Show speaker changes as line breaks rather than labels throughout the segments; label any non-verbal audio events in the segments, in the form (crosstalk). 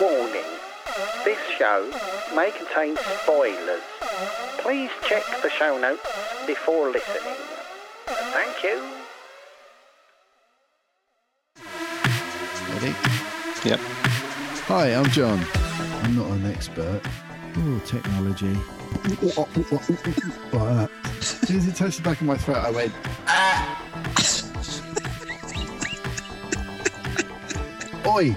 Warning This show may contain spoilers. Please check the show notes before listening. Thank you.
Ready?
Yep.
Hi, I'm John. I'm not an expert.
Ooh, technology.
(laughs) But as soon as it touched the back of my throat, I went, ah! Oi!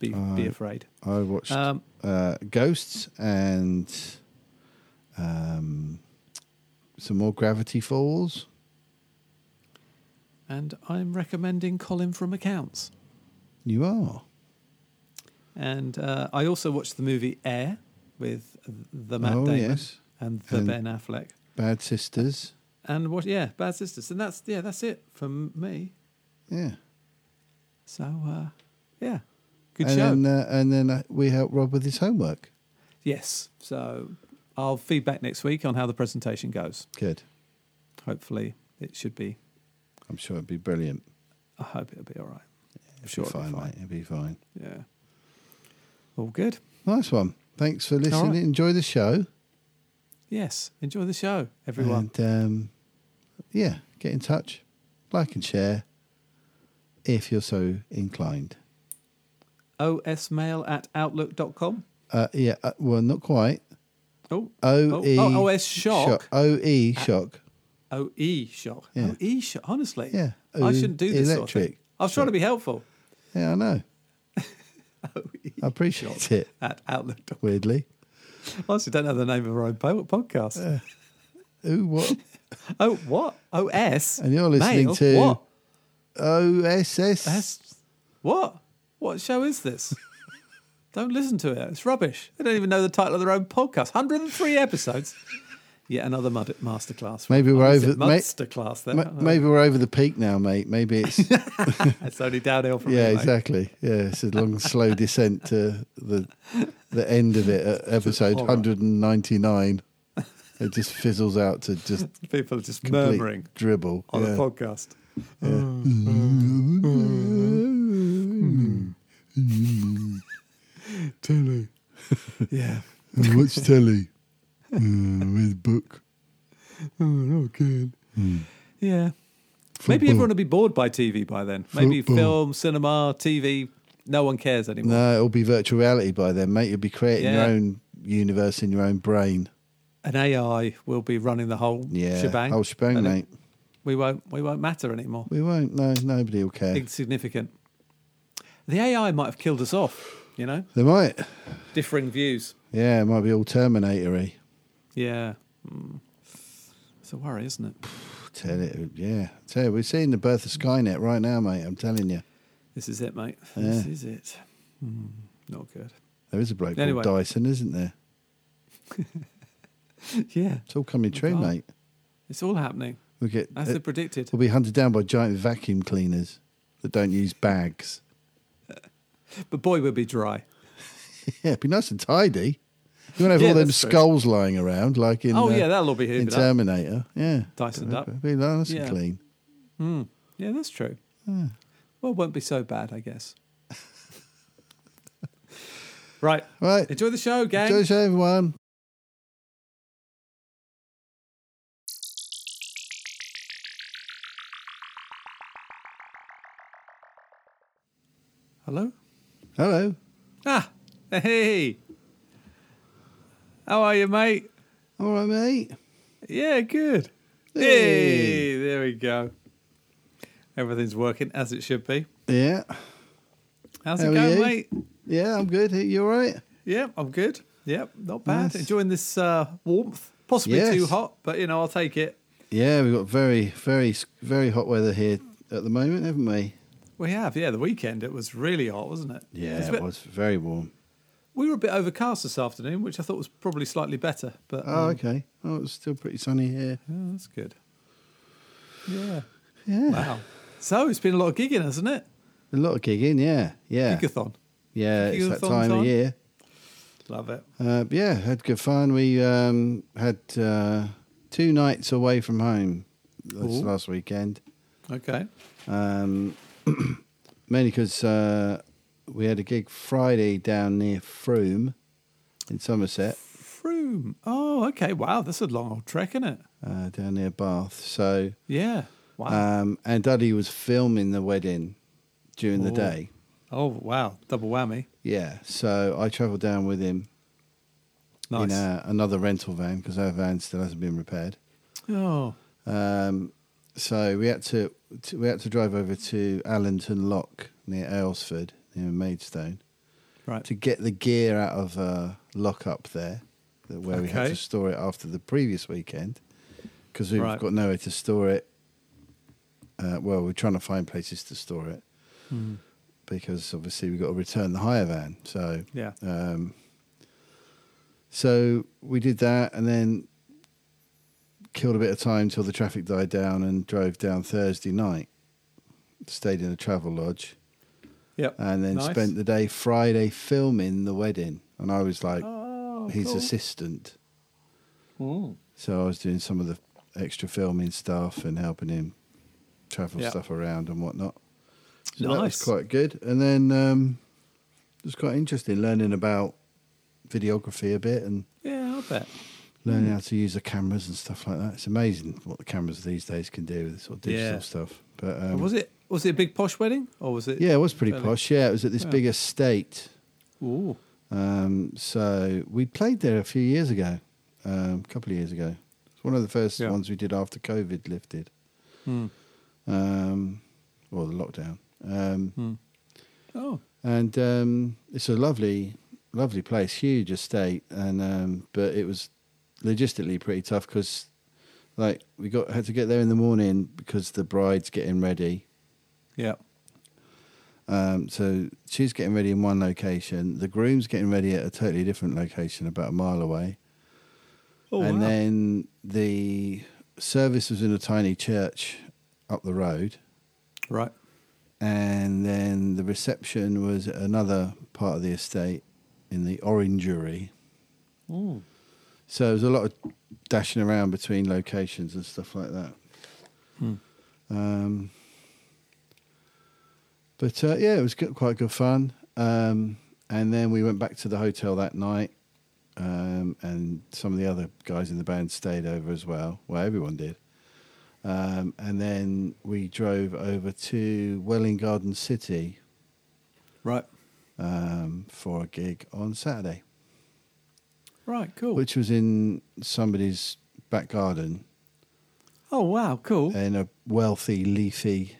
Mm-hmm. Be,
Uh,
be afraid.
I watched
Um,
uh, Ghosts and um, some more Gravity Falls.
And I'm recommending Colin from Accounts.
You are.
And uh, I also watched the movie Air with the Matt
Oh,
Damon
yes.
and the
And-
Ben Affleck.
Bad Sisters.
And what? Yeah, Bad Sisters. And that's yeah, that's it from me.
Yeah.
So uh, yeah, good
and
show.
Then, uh, and then uh, we help Rob with his homework.
Yes. So I'll feedback next week on how the presentation goes.
Good.
Hopefully, it should be.
I'm sure it'd be brilliant.
I hope it'll be all right.
It'd
Sure,
be
it'll be
fine,
fine.
mate. It'd be fine.
Yeah. All good.
Nice one. Thanks for listening.
right.
Enjoy the show.
Yes. Enjoy the show, everyone.
And um, yeah, get in touch, like and share if you're so inclined.
osmail at outlook.com.
Uh, yeah, uh, well, not quite.
Oh,
O E
oh, oh, OS shock.
O E shock.
OE E shock.
Yeah.
OE shock. Honestly.
Yeah. E
I shouldn't do this sort of thing.
Electric
I was trying to be helpful.
Yeah, I
(laughs)
know.
E
I appreciate it.
At outlook.com.
Weirdly.
Honestly, don't know the name of our own po- podcast.
Ooh, what?
oh, what? OS?
And you're listening
Mail?
to-
What?
O S S.
That's what? What show is this? (laughs) Don't listen to it. It's rubbish. They don't even know the title of their own podcast. 103 episodes. (laughs) Yet another mud- masterclass.
Maybe we're
I almost
over-
said
may-
Masterclass there.
Ma- maybe we're over the peak now, mate. Maybe it's
(laughs) It's only downhill from
yeah,
here, mate.
exactly. Yeah, it's a long,
(laughs)
slow descent to the the end of it at episode
horror.
199. It just fizzles out to
(laughs)
just
People are just
complete
murmuring
dribble.
on
Yeah. (laughs)
the podcast.
telly.
Yeah.
(laughs) What's telly? uh, with book.
Oh, not good. Yeah. Maybe
Football.
everyone will be bored by TV by then. Maybe
Football.
film, cinema, TV, no one cares anymore.
No, it'll be virtual reality by then, mate. You'll be creating
Yeah.
your own universe in your own brain.
An AI will be running the whole
Yeah, Oh,
shebang.
whole shebang,
and it-
mate.
We won't we won't matter anymore.
We won't. No, nobody will care.
Insignificant. The AI might have killed us off, you know?
They might.
Differing views.
Yeah, it might be all Terminatory.
Yeah. Mm. It's a worry, isn't it?
Tell it, yeah. Tell you, we're seeing the birth of Skynet right now, mate. I'm telling you,
This is it, mate.
Yeah.
This is it. Mm, Not
(laughs)
good.
there is a bloke
Anyway.
called Dyson, isn't there?
Yeah.
It's all coming true,
God.
mate.
It's all happening.
We'll get
As
it-
they predicted.
Uh, we'll be hunted down by giant vacuum cleaners that don't use bags. (laughs)
But boy, we'll be dry.
yeah, it'd be nice and tidy. You won't have
Yeah,
all them
that's true.
skulls lying around like in
Oh,
uh,
yeah, that'll all be
in
hoovered up.
Terminator. Yeah,
Dysoned up.
It'd be nice and
Yeah.
clean.
Yeah, that's true.
Hmm.
Well, it won't be so bad, I guess. (laughs) right.
Right,
Enjoy the show, gang.
enjoy the show, everyone.
Hello?
Hello,
Ah, hey. How are you, mate?
all right, mate.
Yeah, good.
Hey.
Hey, there we go. Everything's working as it should be.
Yeah,
How's
How
it
are
going,
you?
mate?
yeah, I'm good. You all right?
Yeah, I'm good. Yep, not bad.
Nice.
Enjoying this uh, warmth. Possibly
Yes.
too hot, but you know, I'll take it.
Yeah, we've got very, very, very hot weather here at the moment, haven't we?
We have, yeah. The weekend it was really hot, wasn't it?
Yeah,
It's a
it
bit-
was very warm.
We were a bit overcast this afternoon, which I thought was probably slightly better. But
Oh,
um,
okay. Oh, it's still pretty sunny here.
yeah, that's good. Yeah.
Yeah,
Wow. So it's been a lot of gigging, hasn't it?
a lot of gigging. Yeah, yeah,
Gigathon.
yeah. It's that
gigathon's
time
on.
of year.
Love it.
Uh, but yeah, had good fun. We um, had uh, two nights away from home this
Ooh.
last weekend,
Okay.
um, (clears throat) mainly because uh, we had a gig Friday down near Froome in Somerset.
Froome. Oh, okay. Wow, that's a long old trek, isn't it?
uh, down near Bath. So,
Yeah. Wow.
um, and Dudley was filming the wedding during the
Oh.
day.
oh, wow. Double whammy.
Yeah. So I travelled down with him in
Nice.
uh another rental van because our van still hasn't been repaired.
Oh,
Um, so we had to, to we had to drive over to Allenton Lock near Aylesford near Maidstone
right.
to get the gear out of uh, lock up there that where we had
Okay.
to store it after the previous weekend because we've
Right.
got nowhere to store it. Uh, well, we're trying to find places to store it
Hmm.
because obviously we've got to return the hire van. So
Yeah.
um, so we did that and then killed a bit of time till the traffic died down and drove down Thursday night. Stayed in a travel lodge
Yep.
and then
Nice.
spent the day Friday filming the wedding. And I was like
Oh,
his
cool.
assistant.
Mm.
So I was doing some of the extra filming stuff and helping him travel
Yeah.
stuff around and whatnot. So that was
Nice.
quite good. And then um, it was quite interesting learning about videography a bit and
Yeah, I'll bet.
learning
Hmm.
how to use the cameras and stuff like that. It's amazing what the cameras these days can do with sort of digital
Yeah.
stuff. But um,
was it was it a big posh wedding or was it?
Yeah, it was pretty
fairly-
posh. Yeah, it was at this
Yeah.
big estate.
Ooh.
Um, so we played there a few years ago, um, a couple of years ago. It's one of the first
Yeah.
ones we did after COVID lifted,
Mm.
um, or the lockdown. Um,
Mm. Oh.
And um, it's a lovely, lovely place, huge estate, and um, but it was logistically pretty tough because, like, we got had to get there in the morning because the bride's getting ready.
Yeah.
Um, so she's getting ready in one location. The groom's getting ready at a totally different location, about a mile away.
Oh,
and
wow.
then the service was in a tiny church up the road,
Right.
and then the reception was at another part of the estate in the Orangery. So there was a lot of dashing around between locations and stuff like that. Um, but uh, yeah, it was good, quite good fun. Um, and then we went back to the hotel that night, um, and some of the other guys in the band stayed over as well. Well, everyone did. Um, and then we drove over to Welling Garden City
Right.
um, for a gig on Saturday,
Right. Cool.
which was in somebody's back garden.
oh wow. Cool.
in a wealthy, leafy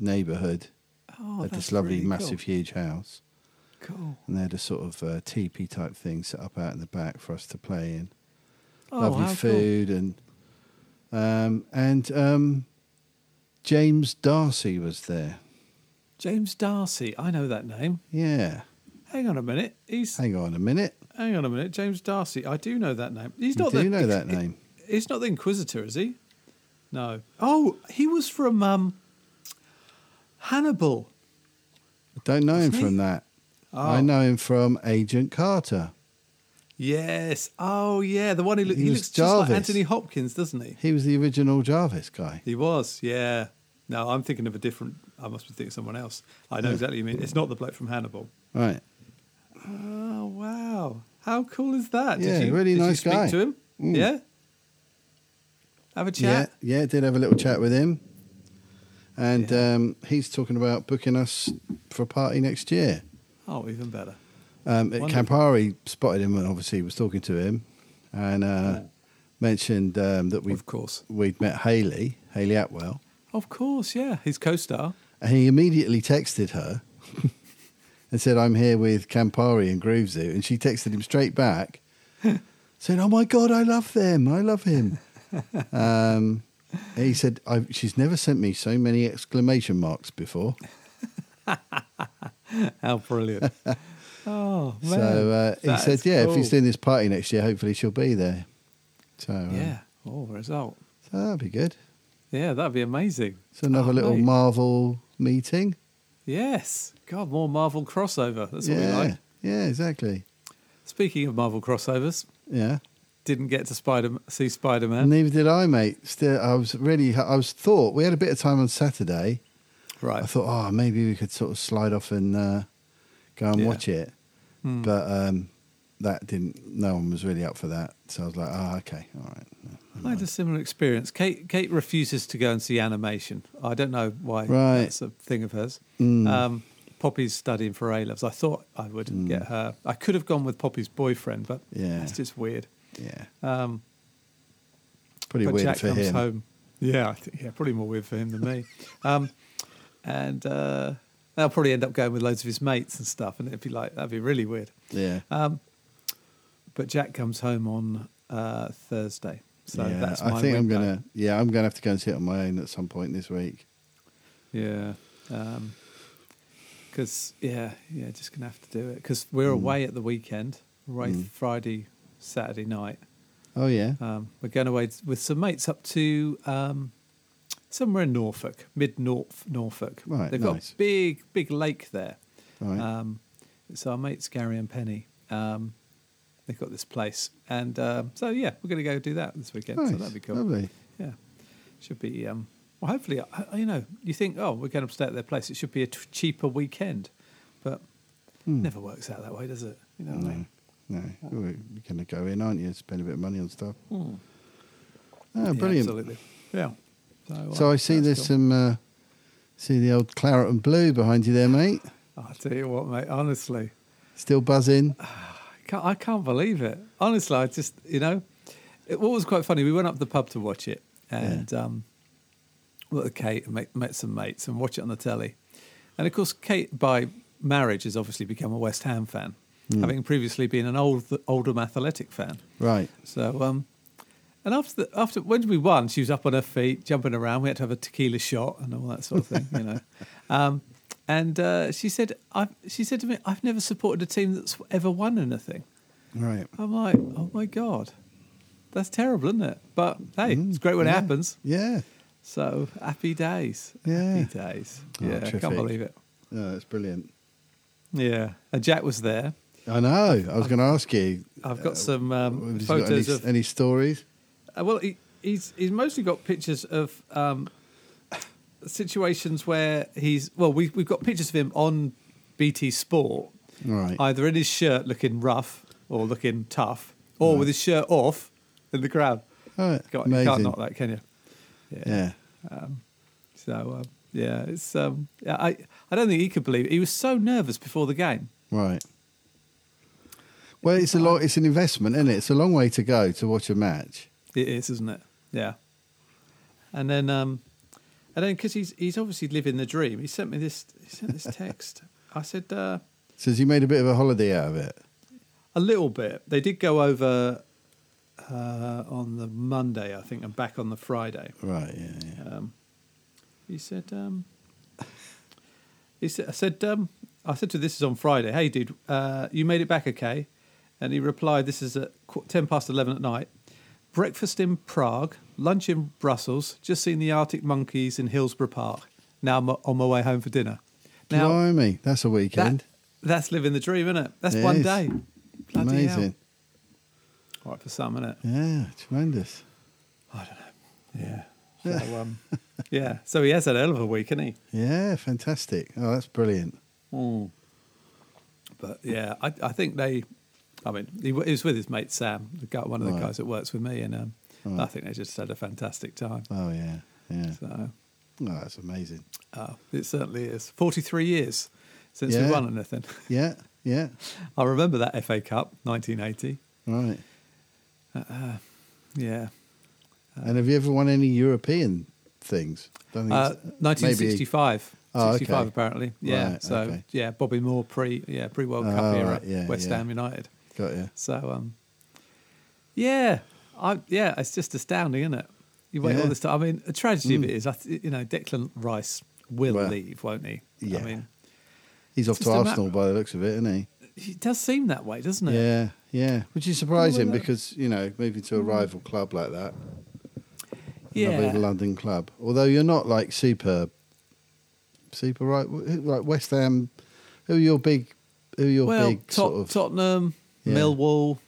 neighbourhood
oh,
at
that's
this lovely,
really cool.
massive, huge house.
Cool.
And they had a sort of uh, teepee type thing set up out in the back for us to play in.
Oh,
lovely
how cool.
food and um, and um, James Darcy was there.
James Darcy. I know that name.
Yeah,
Hang on a minute. He's
hang on a minute.
hang on a minute. James Darcy. I do know that name. He's
You
not.
do
the, (laughs)
know
ex-
that
he-
name?
He's not the Inquisitor, is he? No. Oh, he was from um, Hannibal.
I don't know him
he?
from that.
Oh.
I know him from Agent Carter.
Yes. Oh, yeah. The one who look,
He
he
was
looks just like
Jarvis.
Anthony Hopkins, doesn't he?
He was the original Jarvis guy.
He was. Yeah. No, I'm thinking of a different. I must be thinking of someone else. I know
Yeah.
exactly what you mean. It's not the bloke from Hannibal.
Right.
Oh wow! How cool is that?
Yeah,
did you,
really
did you
nice
speak
guy. Mm.
To him, yeah. Have a chat.
Yeah, yeah, did have a little chat with him. And um, he's talking about booking us for a party next year.
Oh, even better.
Um, at
Wonderful.
Campari spotted him and obviously was talking to him and uh, mentioned um, that we've,
of course,
we'd met Haley, Haley Atwell.
of course. Yeah, his co-star. (laughs)
And he immediately texted her (laughs) and said, I'm here with Campari and Groovesu. And she texted him straight
(laughs)
back, saying, Oh my God, I love them. I love
(laughs)
him. um, he said, I, She's never sent me so many exclamation marks before.
How
(laughs)
brilliant! oh man.
so uh, he
that
said,
is
Yeah, if
cool.
he's doing this party next year, hopefully she'll be there. So, um,
yeah. Oh, result.
so that'd be good.
Yeah, that'd be amazing.
It's another
Oh,
little
mate.
Marvel meeting.
Yes. God, more Marvel crossover. That's what
yeah.
we like.
Yeah, exactly.
Speaking of Marvel crossovers,
Yeah.
didn't get to Spider see Spider Man.
Neither did I, mate. Still, I was really, I was thought we had a bit of time on Saturday. I
right.
thought, oh, maybe we could sort of slide off and uh, go and
Yeah. Hmm.
watch it, but um, that didn't. No one was really up for that, so I was like, oh, okay, all right.
I had a similar experience. Kate Kate refuses to go and see animation. I don't know why.
Right. Mm.
That's a thing of hers. Um, Poppy's studying for A levels. I thought I would get her. I could have gone with Poppy's boyfriend, but
Yeah.
that's just weird.
Yeah,
Um,
pretty
but
weird
Jack
for
comes
him.
home. Yeah, I think, yeah, probably more weird for him than me. Um, and uh, I'll probably end up going with loads of his mates and stuff, and it'd be like that'd be really weird.
Yeah,
Uh, But Jack comes home on uh, Thursday, so
yeah.
that's my
I think I'm
window.
gonna. Yeah, I'm gonna have to go and see it on my own at some point this week.
Yeah. Um 'cause because yeah, yeah, just gonna have to do it because we're
Hmm.
away at the weekend, right? Friday, Saturday night.
Oh yeah,
Um, we're going away t- with some mates up to um, somewhere in Norfolk, mid North Norfolk.
Right,
they've got
nice.
a big, big lake there.
all right.
Um, it's our mates Gary and Penny. Um, they've got this place, and um, so yeah, we're going to go do that this weekend.
nice.
So that'd be cool.
Lovely.
Yeah, should be. Um, well, hopefully, I- I- you know, you think, oh, we're going to stay at their place. It should be a t- cheaper weekend, but it never works out that way, does it? You know what I mean?
Hmm. No, you're gonna go in, aren't you? Spend a bit of money on stuff.
Hmm.
Oh,
Yeah,
brilliant.
absolutely. Yeah. So,
So
uh,
I see
that's
there's
cool.
some, uh, see the old claret and blue behind you there, mate.
Oh, I tell you what, mate. Honestly,
Still buzzing.
I can't, I can't believe it. Honestly, I just, you know, it, what was quite funny. We went up to the pub to watch it, and um, looked at Kate and met, met some mates and watch it on the telly. And of course, Kate by marriage has obviously become a West Ham fan, having previously been an old Oldham Athletic fan.
Right.
So, um, and after the, after when we won, she was up on her feet, jumping around. We had to have a tequila shot and all that sort of thing, you know. Um, and uh, she said, I, she said to me, "I've never supported a team that's ever won anything."
Right.
I'm like, "Oh my god, That's terrible, isn't it? But hey, it's great when it
Mm, yeah.
happens.
Yeah.
So happy days.
Yeah.
Happy days.
Oh,
yeah, I
terrific.
can't believe it.
No, that's brilliant.
Yeah. And Jack was there.
I know. I was going to ask you.
I've got
uh,
some um,
have you got
photos
any,
of.
any stories.
Uh, well, he, he's he's mostly got pictures of um, situations where he's. Well, we we've got pictures of him on BT Sport,
Right.
either in his shirt looking rough or looking tough, or with his shirt off in the crowd.
Right.
God, you
Amazing.
can't knock that, can you?
Yeah.
So um, yeah, it's um, yeah, I I don't think he could believe it. He was so nervous before the game.
Right. Well, it's a lot. It's an investment, isn't it? It's a long way to go to watch a match.
It is, isn't it? Yeah. And then, um, and then because he's he's obviously living the dream. He sent me this. He sent this text. I said uh,
Says you made a bit of a holiday out of it.
a little bit. They did go over uh, on the Monday, I think, and back on the Friday.
Right. Yeah. yeah.
He said, um, he said, I said, um, I said to him, this is on Friday. Hey, dude, uh, you made it back okay? And he replied, this is at qu- ten past eleven at night. Breakfast in Prague, lunch in Brussels. Just seen the Arctic Monkeys in Hillsborough Park. Now I'm on my way home for dinner. Now
Blimey, that's a
that,
weekend.
that's living the dream, isn't it? That's
It
one
is.
day. Bloody hell.
Amazing.
Right for some, isn't it?
Yeah. Tremendous.
Yeah. So, um, (laughs) yeah. So he has had a hell of a week, hasn't he?
Yeah. Fantastic. Oh, that's brilliant. Hmm.
But yeah, I, I think they. I mean, he, w- he was with his mate Sam, the guy, one of the
Right.
guys that works with me, and um, I think they just had a fantastic time.
Oh yeah. Yeah.
So
Oh, that's amazing.
uh, it certainly is. Forty-three years since
Yeah.
we won anything. (laughs)
Yeah. Yeah.
I remember that FA Cup, nineteen eighty.
Right.
Yeah,
And have you ever won any European things? Don't think
uh,
it's- maybe-
nineteen sixty-five.
Oh, okay.
65 apparently. Yeah.
Right,
so
okay.
yeah, Bobby Moore pre yeah pre World
Oh,
Cup era,
right, yeah,
West
yeah.
Ham United.
Got you.
So um, yeah, I yeah, it's just astounding, isn't it? You wait
Yeah. Mm.
all this time. I mean, the tragedy of it is, I th- you know, Declan Rice will
Well,
leave, won't he? I
yeah.
mean,
He's off
It's
to
just a
Arsenal
matter-
by the looks of it, isn't he?
it does seem that way, doesn't it?
Yeah, yeah. uh, Which is surprising
whether-
because you know moving to a rival club like that, another
yeah.
London club. Although you're not like super, super right, like West Ham. Who are your big? Who are your
Well,
big
Tot-
sort of? (laughs)
Tottenham,
Yeah.
Millwall.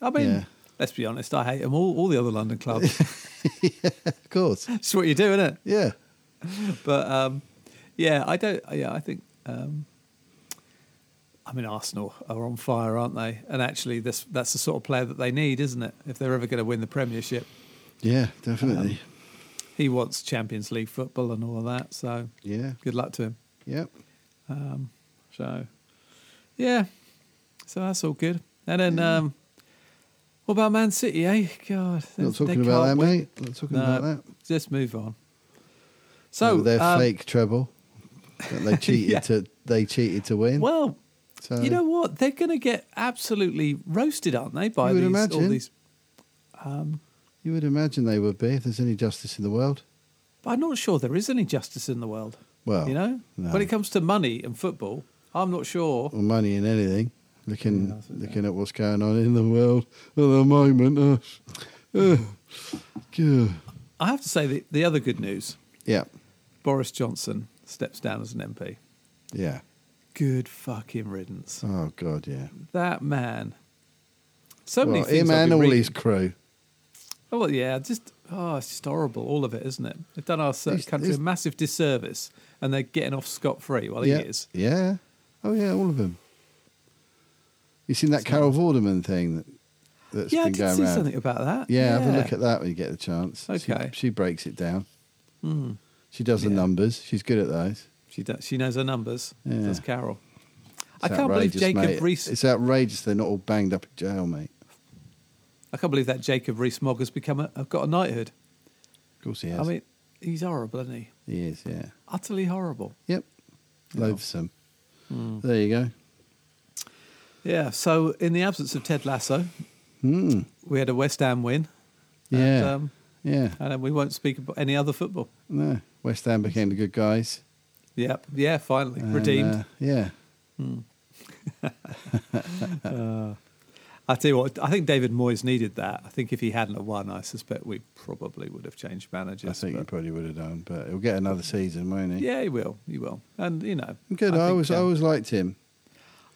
I mean,
Yeah.
let's be honest, I hate them all. All the other
(laughs)
London clubs.
Of course,
it's what you do, isn't it?
yeah.
but um, yeah, I don't. Yeah, I think. Um, I mean, Arsenal are on fire, aren't they? And actually, this that's the sort of player that they need, isn't it? If they're ever going to win the Premiership,
Yeah, definitely.
Um, he wants Champions League football and all of that. So
yeah,
good luck to him.
yep.
So yeah, so that's all good. And then um, what about Man City? Eh, God,
Not
they- they
talking about that,
can't win.
mate. Not talking
No,
about that.
Just move on.
So
So
their
um,
fake treble that
(laughs)
they cheated
Yeah.
to. They cheated to win.
Well,
so
You know what? They're going to get absolutely roasted, aren't they? By
You would
these, all
imagine.
these.
you would imagine they would be if there's any justice in the world.
But I'm not sure there is any justice in the world.
Well,
you know,
Oh, no.
when it comes to money and football, I'm not sure.
or money in anything. Looking
Yeah, that's it,
looking at what's going on in the world at the moment. Uh, uh, yeah.
I have to say the, the other good news:
yeah,
Boris Johnson steps down as an MP.
yeah.
Good fucking riddance.
Oh God, yeah.
That man. So many
Well,
things.
him
I've
and
been
all
reading.
his crew.
Oh well, yeah, just oh, it's just horrible, all of it, isn't it? They've done our cer-
It's-
country a
it's-
massive disservice, and they're getting off scot free. Well,
yeah,
he is.
yeah. Oh yeah, all of them. You seen that Carol Vorderman thing that that's
yeah, I
been
did
going
see
around?
something about that.
Yeah, have a look at that when you get the chance. She-
Okay. Hmm.
She, breaks it down. She does the
Yeah.
numbers. She's good at those.
She does, she knows her numbers.
Yeah.
Does Carol?
It's
I can't believe
outrageous,
Jacob
mate.
Rees.
It's outrageous they're not all banged up in jail, mate.
I can't believe that Jacob Rees-Mogg has become a, have got a knighthood.
Of course he has.
I mean, he's horrible, isn't he?
he is, yeah.
Utterly horrible.
Yep.
Oh.
Loathsome.
Hmm.
There you go.
Yeah. So, in the absence of Ted Lasso,
Mm.
we had a West Ham win.
Yeah.
And, um,
yeah.
and then we won't speak about any other football.
No. West Ham became the good guys.
Yep. Yeah.
uh,
Finally
and,
redeemed.
uh, yeah.
I tell you what, I think David Moyes needed that. I think if he hadn't have won, I suspect we probably would have changed managers.
I think he
but-
probably would have done, but he'll get another season, won't he?
yeah, he will. He will. And you know,
Good. I,
think,
always, I
um,
always liked him.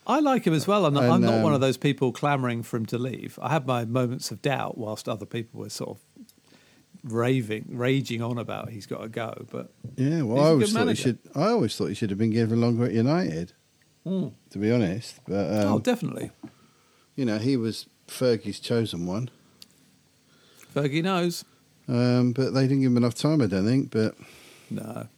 I like him as well. I'm not, I'm
And,
not one
um,
of those people clamoring for him to leave. I had my moments of doubt whilst other people were sort of raving, raging on about he's got to go. But
Yeah. Well,
he's
I
a
always
good
thought
manager.
he should. I always thought he should have been given longer at United. To be honest, but um,
hmm. oh, definitely,
you know he was Fergie's chosen one.
Fergie knows.
Um, but they didn't give him enough time, I don't think. But
No,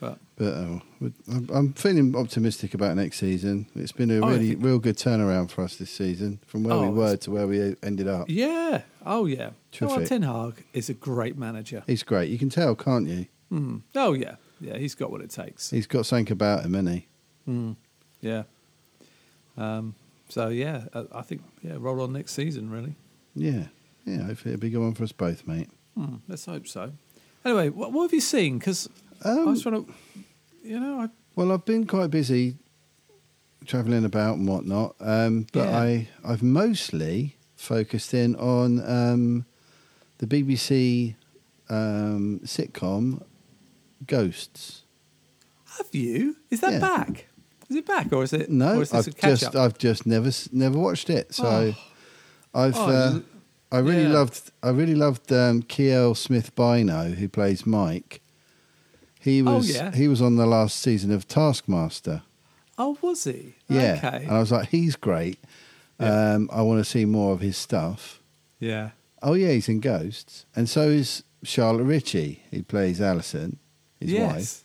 but
but oh, would- I'm- I'm feeling optimistic about next season. It's been a
Oh, I
really
think-
real good turnaround for us this season, from where we
Oh,
were
it's-
to where we e, ended up.
yeah, oh yeah. Oh,
Terrific.
Ten Hag is a great manager.
He's great. You can tell, can't you?
Mm. Oh yeah, yeah. He's got what it takes. Hmm.
He's got something about him, hasn't he?
Yeah. Um, so yeah, uh, I- I think yeah, roll on next season really.
Yeah, yeah. Hopefully, it'll be a good one for us both, mate.
Hmm, let's hope so. Anyway, what, what have you seen? Because I
Um,
was trying to, you know, I,
Well, I've been quite busy travelling about and whatnot, um, but
Yeah.
I I've mostly focused in on um, the BBC um, sitcom Ghosts.
have you? Is that
Yeah.
back? Is it back or is it?
No,
or is this a
I've
catch
just uh,
up?
I've just never s- never watched it. So I've
Oh,
uh,
l-
I really
yeah.
loved I really loved um, Kiel Smith Bino who plays Mike. He
Oh,
was
yeah.
he was on the last season of Taskmaster.
oh, was he?
Yeah, uh,
Okay.
and I was like, he's great.
Yeah.
Um, I want to see more of his stuff.
yeah.
Oh yeah, he's in Ghosts, and so is Charlotte Ritchie, who plays Alison, his wife,
yes.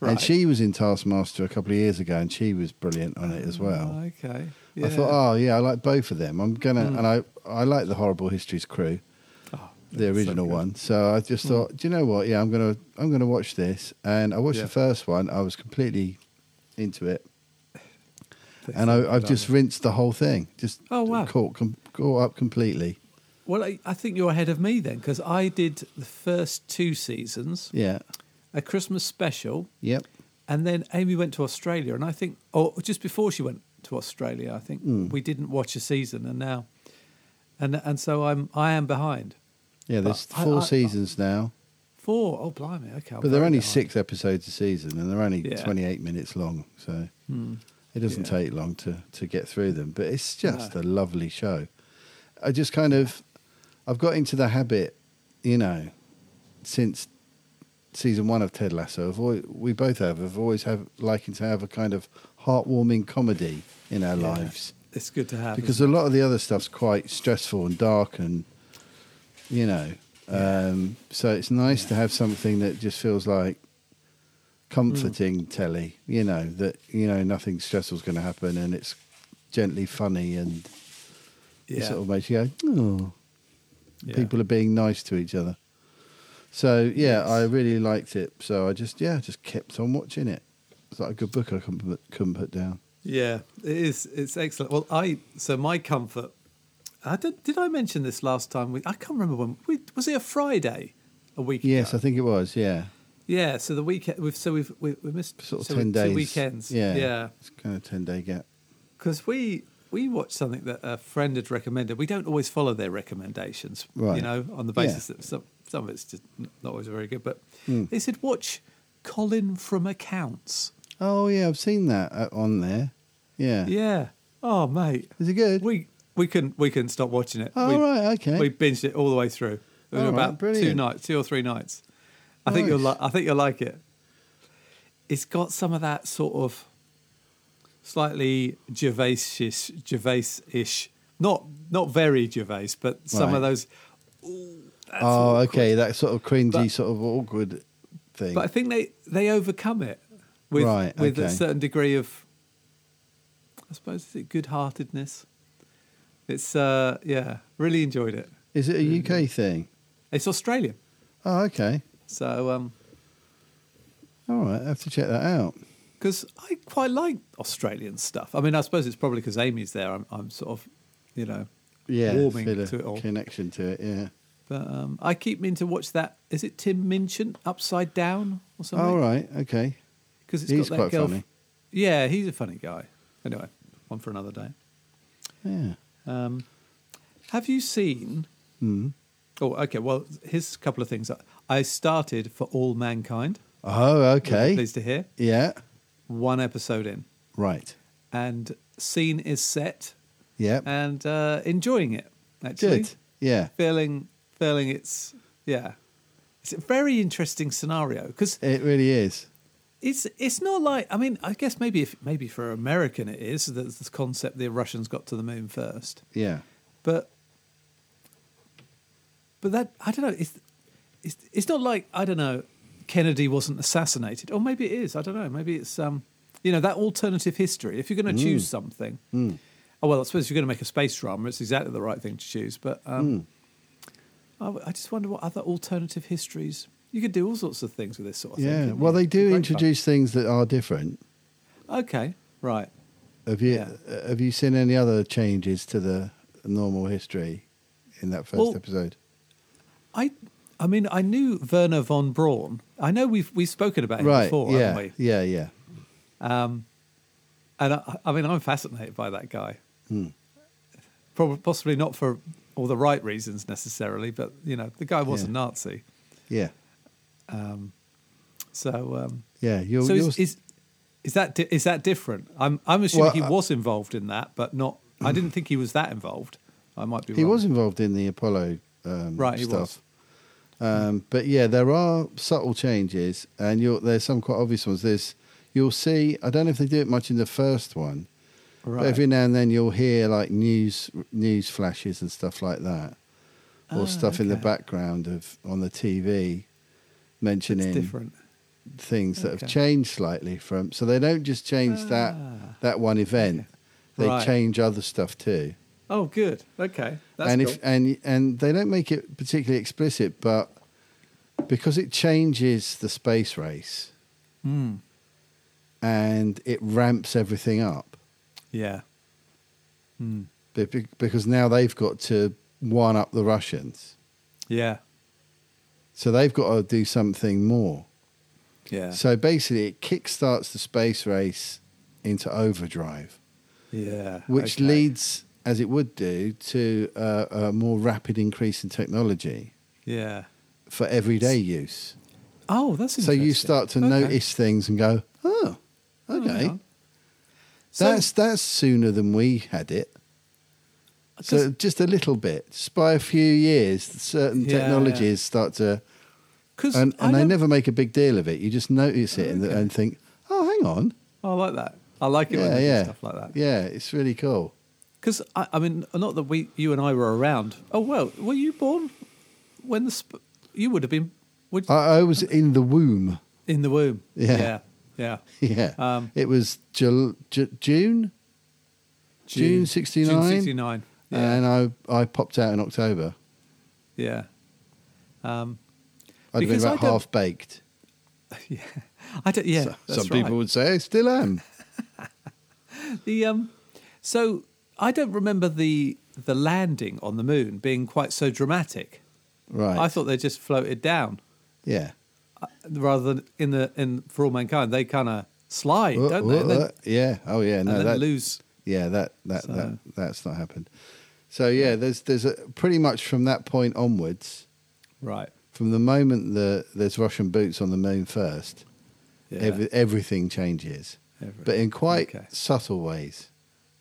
and
Right.
she was in Taskmaster a couple of years ago, and she was brilliant on it as well.
Okay. Yeah. Hmm.
I thought, oh yeah, I like both of them. I'm gonna, and I, I like the Horrible Histories crew,
Oh,
the original
good. Hmm.
one. So I just thought, do you know what? Yeah, I'm gonna, I'm gonna watch this. And I watched
Yeah.
the first one. I was completely into it,
They
and
said
I, I've
that,
just
aren't
rinsed the whole thing. Just
Oh, wow.
caught, com, caught up completely.
they? Well, I, I think you're ahead of me then because I did the first two seasons,
Yeah,
a Christmas special,
yep,
And then Amy went to Australia, and I think, or just before she went to Australia, I think
Hmm.
we didn't watch a season, and now, and and so I'm I am behind
yeah. There's
But I-
four
I-
seasons now,
four. Oh blimey, okay. I'm
but they're
very
only
behind.
six episodes a season, and they're only
Yeah. Hmm.
28 minutes long. So it doesn't
Yeah.
take long to to get through them. But it's just a lovely show. I just kind of, I've got into the habit, you know, since season one of Ted Lasso. I've always, we both have. I've always have liking to have a kind of heartwarming comedy in our
Yeah.
lives
It's good to have
because
because
a lot of the other stuff's quite stressful and dark and you know um, so it's nice to have something that just feels like comforting
Mm.
telly you know that you know nothing stressful's going to happen and it's gently funny and
yeah,
it sort of makes you go oh
yeah.
people are being nice to each other so yeah i really liked it so i just yeah just kept on watching it it's like a good book i couldn't put, couldn't put down
Yeah, it is. It's excellent. Well, I so my comfort. I did. Did I mention this last time? We I can't remember when. We, was it a Friday? A week.
yes
ago?
i think it was yeah
Yeah. So the weekend. We've so we've we, we missed
sort of
so
10
we- two
days
weekends.
yeah
Yeah.
it's kind of 10 day gap
because we we watched something that a friend had recommended. We don't always follow their recommendations, you
Right.
know, on the basis that some some of it's just n- not always very good. But
Hmm.
they said watch Colin from Accounts.
Oh yeah, I've seen that uh, on there. Yeah.
Yeah. Oh mate,
Is it good?
we we couldn't we couldn't stop watching it.
oh
we,
right, okay.
we binged it all the way through. There were
All right,
about two
brilliant.
nights, two or three nights. I think you'll
Nice.
like. I think you'll like it. It's got some of that sort of slightly Gervaisish, Gervais-ish. Not not very Gervais, but some
Right.
of those. "Ooh, that's
oh,
awkward."
okay, that sort of cringy,
But-
sort of awkward thing.
But I think they they overcome it with
Right,
with a
okay.
certain degree of. I suppose is it good-heartedness. It's uh yeah, really enjoyed it.
Is
Mm-hmm.
it a UK thing?
It's Australian.
Oh, okay.
So, um,
All right, I have to check that out.
because I quite like Australian stuff. I mean, I suppose it's probably because Amy's there. I'm, I'm sort of, you know,
Yeah,
warming
feel a
to it all.
Connection to it, yeah.
But um, I keep meaning to watch that. Is it Tim Minchin upside down or something?
All Oh, right, okay.
because it's
He's
got that
quite
girl.
funny.
Yeah, he's a funny guy. Anyway, one for another day.
Yeah.
Um, Have you seen?
Hmm.
Oh, okay. Well, here's a couple of things. I started for All Mankind.
Oh,
which I'm
okay.
Pleased to hear.
Yeah.
One episode in,
Right.
and scene is set,
Yeah.
and uh, enjoying it. Actually,
Good. Yeah.
feeling feeling it's yeah, it's a very interesting scenario because
It really is.
it's it's not like I mean I guess maybe if maybe for American it is that this concept the Russians got to the moon first,
Yeah.
but but that I don't know it's it's it's not like I don't know Kennedy wasn't assassinated or maybe it is I don't know maybe it's um you know that alternative history if you're
Mm.
going to choose something oh well I suppose if you're going to make a space drama it's exactly the right thing to choose but
Mm.
um I w I I, just wonder what other alternative histories you could do all sorts of things with this sort of thing.
Yeah.
couldn't
Well,
you?
they
It'd be
do
great fun.
introduce things that are different.
Okay, right.
Have you
Yeah.
uh, have you seen any other changes to the normal history in that first
Well-
episode?
I, I mean, I knew Werner von Braun. I know we've we've spoken about him
Right.
before,
yeah.
haven't we?
Yeah. Yeah.
And I, I mean, I'm fascinated by that guy.
Hmm.
Probably, possibly not for all the right reasons necessarily, but you know, the guy was
Yeah.
a Nazi.
Yeah.
So, um,
Yeah. You're,
so
you're-
is, is is that di- is that different? I'm I'm assuming
Well, uh,
he
I-
was involved in that, but not. I didn't think he was that involved. I might be.
he
wrong.
was involved in the Apollo um,
Right, he
stuff. Um, but yeah, there are subtle changes, and you're, there's some quite obvious ones. There's you'll see. I don't know if they do it much in the first one, but
Right.
every now and then you'll hear like news news flashes and stuff like that, or stuff in the
Ah, okay.
background of on the TV
it's
mentioning
different.
things that
Okay.
have changed slightly from. So they don't just change that that one event; they
Ah. Right.
change other stuff too
Oh, good. Okay, that's
and
cool.
if and and they don't make it particularly explicit, but because it changes the space race
Hmm.
and it ramps everything up,
yeah.
be- be- because now they've got to one up the Russians,
Yeah.
so they've got to do something more.
Yeah.
So basically, it kickstarts the space race into overdrive,
yeah.
which
okay.
leads, as it would do, to uh, a more rapid increase in technology
Yeah.
for everyday use.
Oh, that's
So
interesting.
you start to
Okay.
notice things and go, oh, okay,
yeah. So-
that's that's sooner than we had it. So just a little bit, just by a few years, certain
Yeah, yeah.
technologies start to,
'cause
and,
I
and they
don't-
never make a big deal of it. You just notice it and, and think, oh, hang on,
I like that. I like it when
yeah,
they
yeah,
do stuff like that.
yeah, it's really cool.
Because I, I mean, not that we, you and I were around. Oh well, were you born when the sp- you would have been would,
I, I was in the womb.
in the womb?
Yeah.
Yeah. Yeah.
(laughs) Yeah,
Um,
it was Jul Ju- June, June Uh, sixty
June
nine,
sixty-nine. Yeah.
and I I popped out in October.
yeah. Um,
I'd
Because
been
I
about
don't-
half baked.
Yeah. I don't. Yeah.
So-
that's
some
right.
people would say I still am.
The um, so I don't remember the the landing on the moon being quite so dramatic.
Right.
I thought they just floated down.
yeah.
rather than in the in for all mankind they kind of slide
Uh,
don't they
uh,
and then,
uh, yeah. Oh yeah.
and
No.
then
That,
lose
yeah. That that,
So-
that that's not happened. So yeah, there's there's a, pretty much from that point onwards,
right
from the moment the there's Russian boots on the moon first,
yeah.
every, everything changes,
Every-
but in quite
okay.
subtle ways.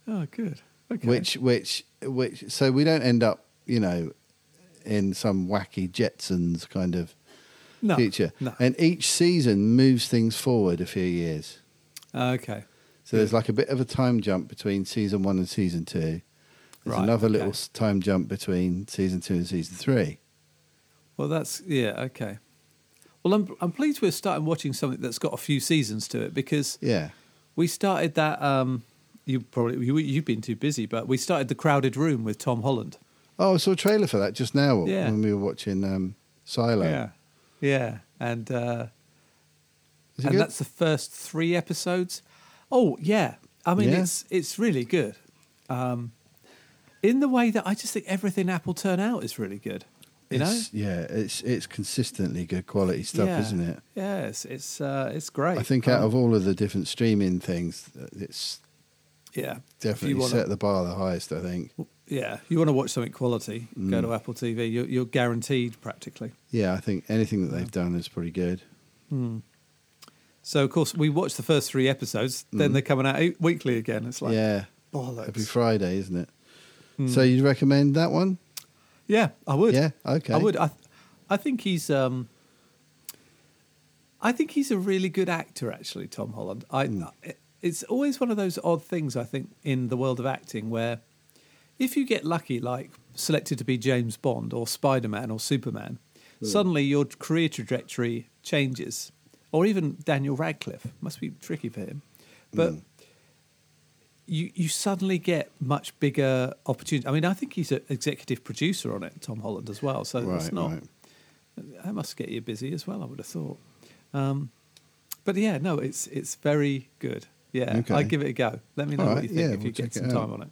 oh good okay
Which which which. So we don't end up, you know, in some wacky Jetsons kind of
no,
future.
no.
And each season moves things forward a few years.
okay
So there's like a bit of a time jump between season one and season two. There's
Right,
another little
okay.
s- time jump between season two and season three.
well that's yeah okay well I'm, I'm pleased we're starting watching something that's got a few seasons to it because
Yeah.
we started that um you probably you, you've been too busy but we started the crowded room with tom holland
Oh, I saw a trailer for that just now
Yeah.
when we were watching um, Silo.
yeah and uh
Is it
and
good?
that's the first three episodes. Oh yeah, I mean
Yeah.
it's it's really good. Um, in the way that I just think everything Apple turn out is really good. You know,
It's- yeah, it's it's consistently good quality stuff,
Yeah.
isn't it?
Yes, it's uh, it's great.
I think out of all of the different streaming things, it's
yeah, If you
definitely
wanna-
set the bar the highest. I think.
yeah, you want to watch something quality,
Mm.
go to Apple TV. You're, you're guaranteed practically.
Yeah, I think anything that they've done is pretty good.
So of course we watched the first three episodes. Then they're coming out eight- weekly again. It's like
Mm.
Hmm.
yeah,
bollocks.
every Friday, isn't it? So you'd recommend that one?
Yeah, I would.
Yeah, okay.
I would. I, I think he's. Um, I think he's a really good actor, actually, Tom Holland. I.
Mm.
It's always one of those odd things I think in the world of acting where, if you get lucky, like selected to be James Bond or Spider Man or Superman,
Hmm.
suddenly your career trajectory changes, or even Daniel Radcliffe must be tricky for him, but.
Hmm.
You, you suddenly get much bigger opportunity. I mean, I think he's an executive producer on it, Tom Holland as well. So
Right,
it's not
right.
that must get you busy as well. I would have thought. Um, but yeah, no, it's it's very good. Yeah,
Okay.
I give it a go. Let me know
All
what
right,
you think
yeah,
if you
we'll
get
check
some
it
time
out.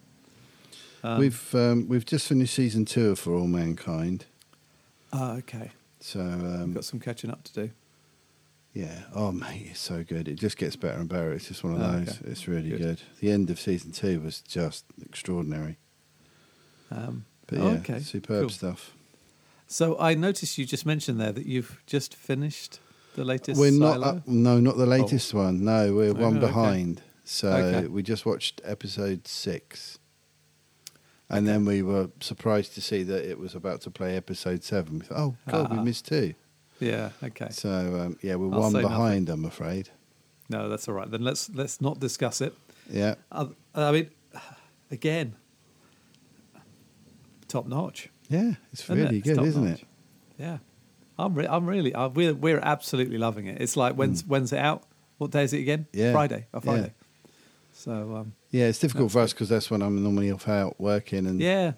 on it.
we've um, we've just finished season two of For All Mankind,
Oh, okay.
so
I've
um,
got some catching up to do.
yeah. Oh mate, it's so good. It just gets better and better. It's just one of
Oh, okay.
those. It's really
Good.
good. The end of season two was just extraordinary.
Um,
But yeah,
oh, okay,
superb
cool.
stuff.
So I noticed you just mentioned there that you've just finished the latest.
we're not uh,
Silo.
up, no, not the latest one. No, we're
Oh,
one
no, okay.
behind. So
Okay.
we just watched episode six, and then we were surprised to see that it was about to play episode seven. We thought, oh god, we
Ah.
missed two.
Yeah. Okay.
So um, yeah, we're
I'll
one
say nothing.
behind. I'm afraid.
No, that's all right. Then let's let's not discuss it.
Yeah,
I, I mean, (sighs) again, top notch.
yeah, it's
isn't it?
really
It's
good, isn't
top-notch.
it?
Yeah, I'm. Re- I'm really. I, we're we're absolutely loving it. It's like when's when's it out? What day is it again?
Mm. Yeah.
Friday.
Yeah.
Or Friday. So um,
Yeah, it's difficult for us because that's when I'm normally off out working, and
yeah,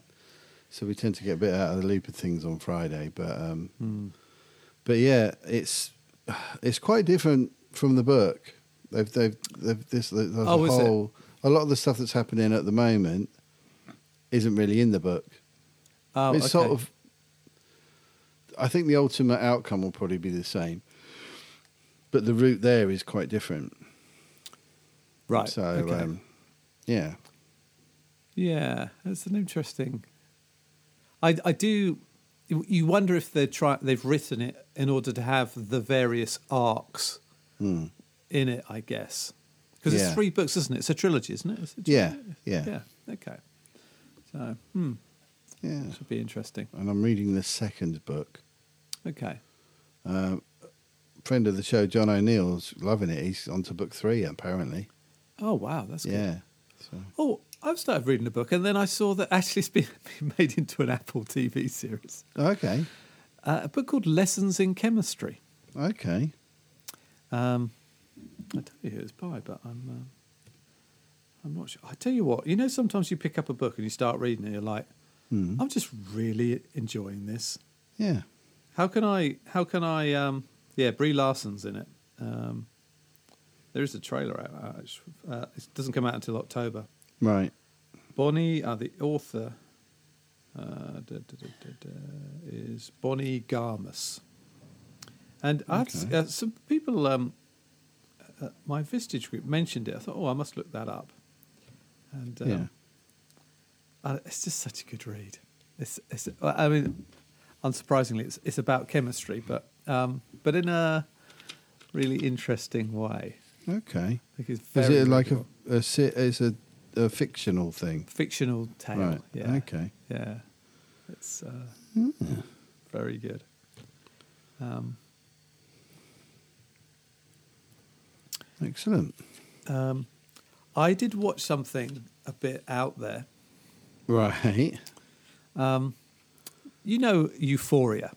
so we tend to get a bit out of the loop of things on Friday. But um,
Hmm.
but yeah, it's (sighs) it's quite different from the book. They've they've, they've this there's
Oh,
a
is it?
whole a lot of the stuff that's happening at the moment isn't really in the book.
oh,
it's sort
okay.
of. I think the ultimate outcome will probably be the same, but the route there is quite different.
right.
So
okay.
um, yeah,
yeah, it's an interesting. I I do. you- You wonder if they're try they've written it in order to have the various arcs
Hmm.
in it, I guess, because it's
Yeah.
three books, isn't it? It's a trilogy, isn't it? It's a
yeah,
trilogy.
yeah, yeah.
Yeah. Okay. So, hmm, this would be interesting.
And I'm reading the second book.
Okay.
friend of the show, John O'Neill's loving it. He's on to book three apparently.
Oh wow, that's good.
Yeah. So,
Oh, I've started reading a book, and then I saw that actually it's been, (laughs) been made into an Apple TV series.
okay,
Uh, a book called Lessons in Chemistry.
okay.
Um, I tell you who it's by, but I'm um I'm not sure. I tell you what, you know, sometimes you pick up a book and you start reading, and you're like,
Mm.
I'm just really enjoying this.
Yeah.
How can I? How can I? Um, yeah, Brie Larson's in it. Um, there is a trailer out. uh, it's- Uh, it doesn't come out until October.
Right.
Bonnie, uh, the author, uh, da, da, da, da, da, is Bonnie Garmus. And I have to s-
Okay.
uh, some people, um, uh, my Vistage group mentioned it. I thought, oh, I must look that up. And um,
Yeah.
uh, it's just such a good read. It's, it's, uh, I mean, unsurprisingly, it's, it's about chemistry, but um, but in a really interesting way.
Okay.
I think it's
Is
very
it like a,
readable.
a si- it's a, a fictional thing?
fictional tale?
Right.
Yeah.
Okay.
Yeah, it's uh,
Hmm.
very good. Um,
Excellent.
um, I did watch something a bit out there. (laughs)
Right.
You know, Euphoria,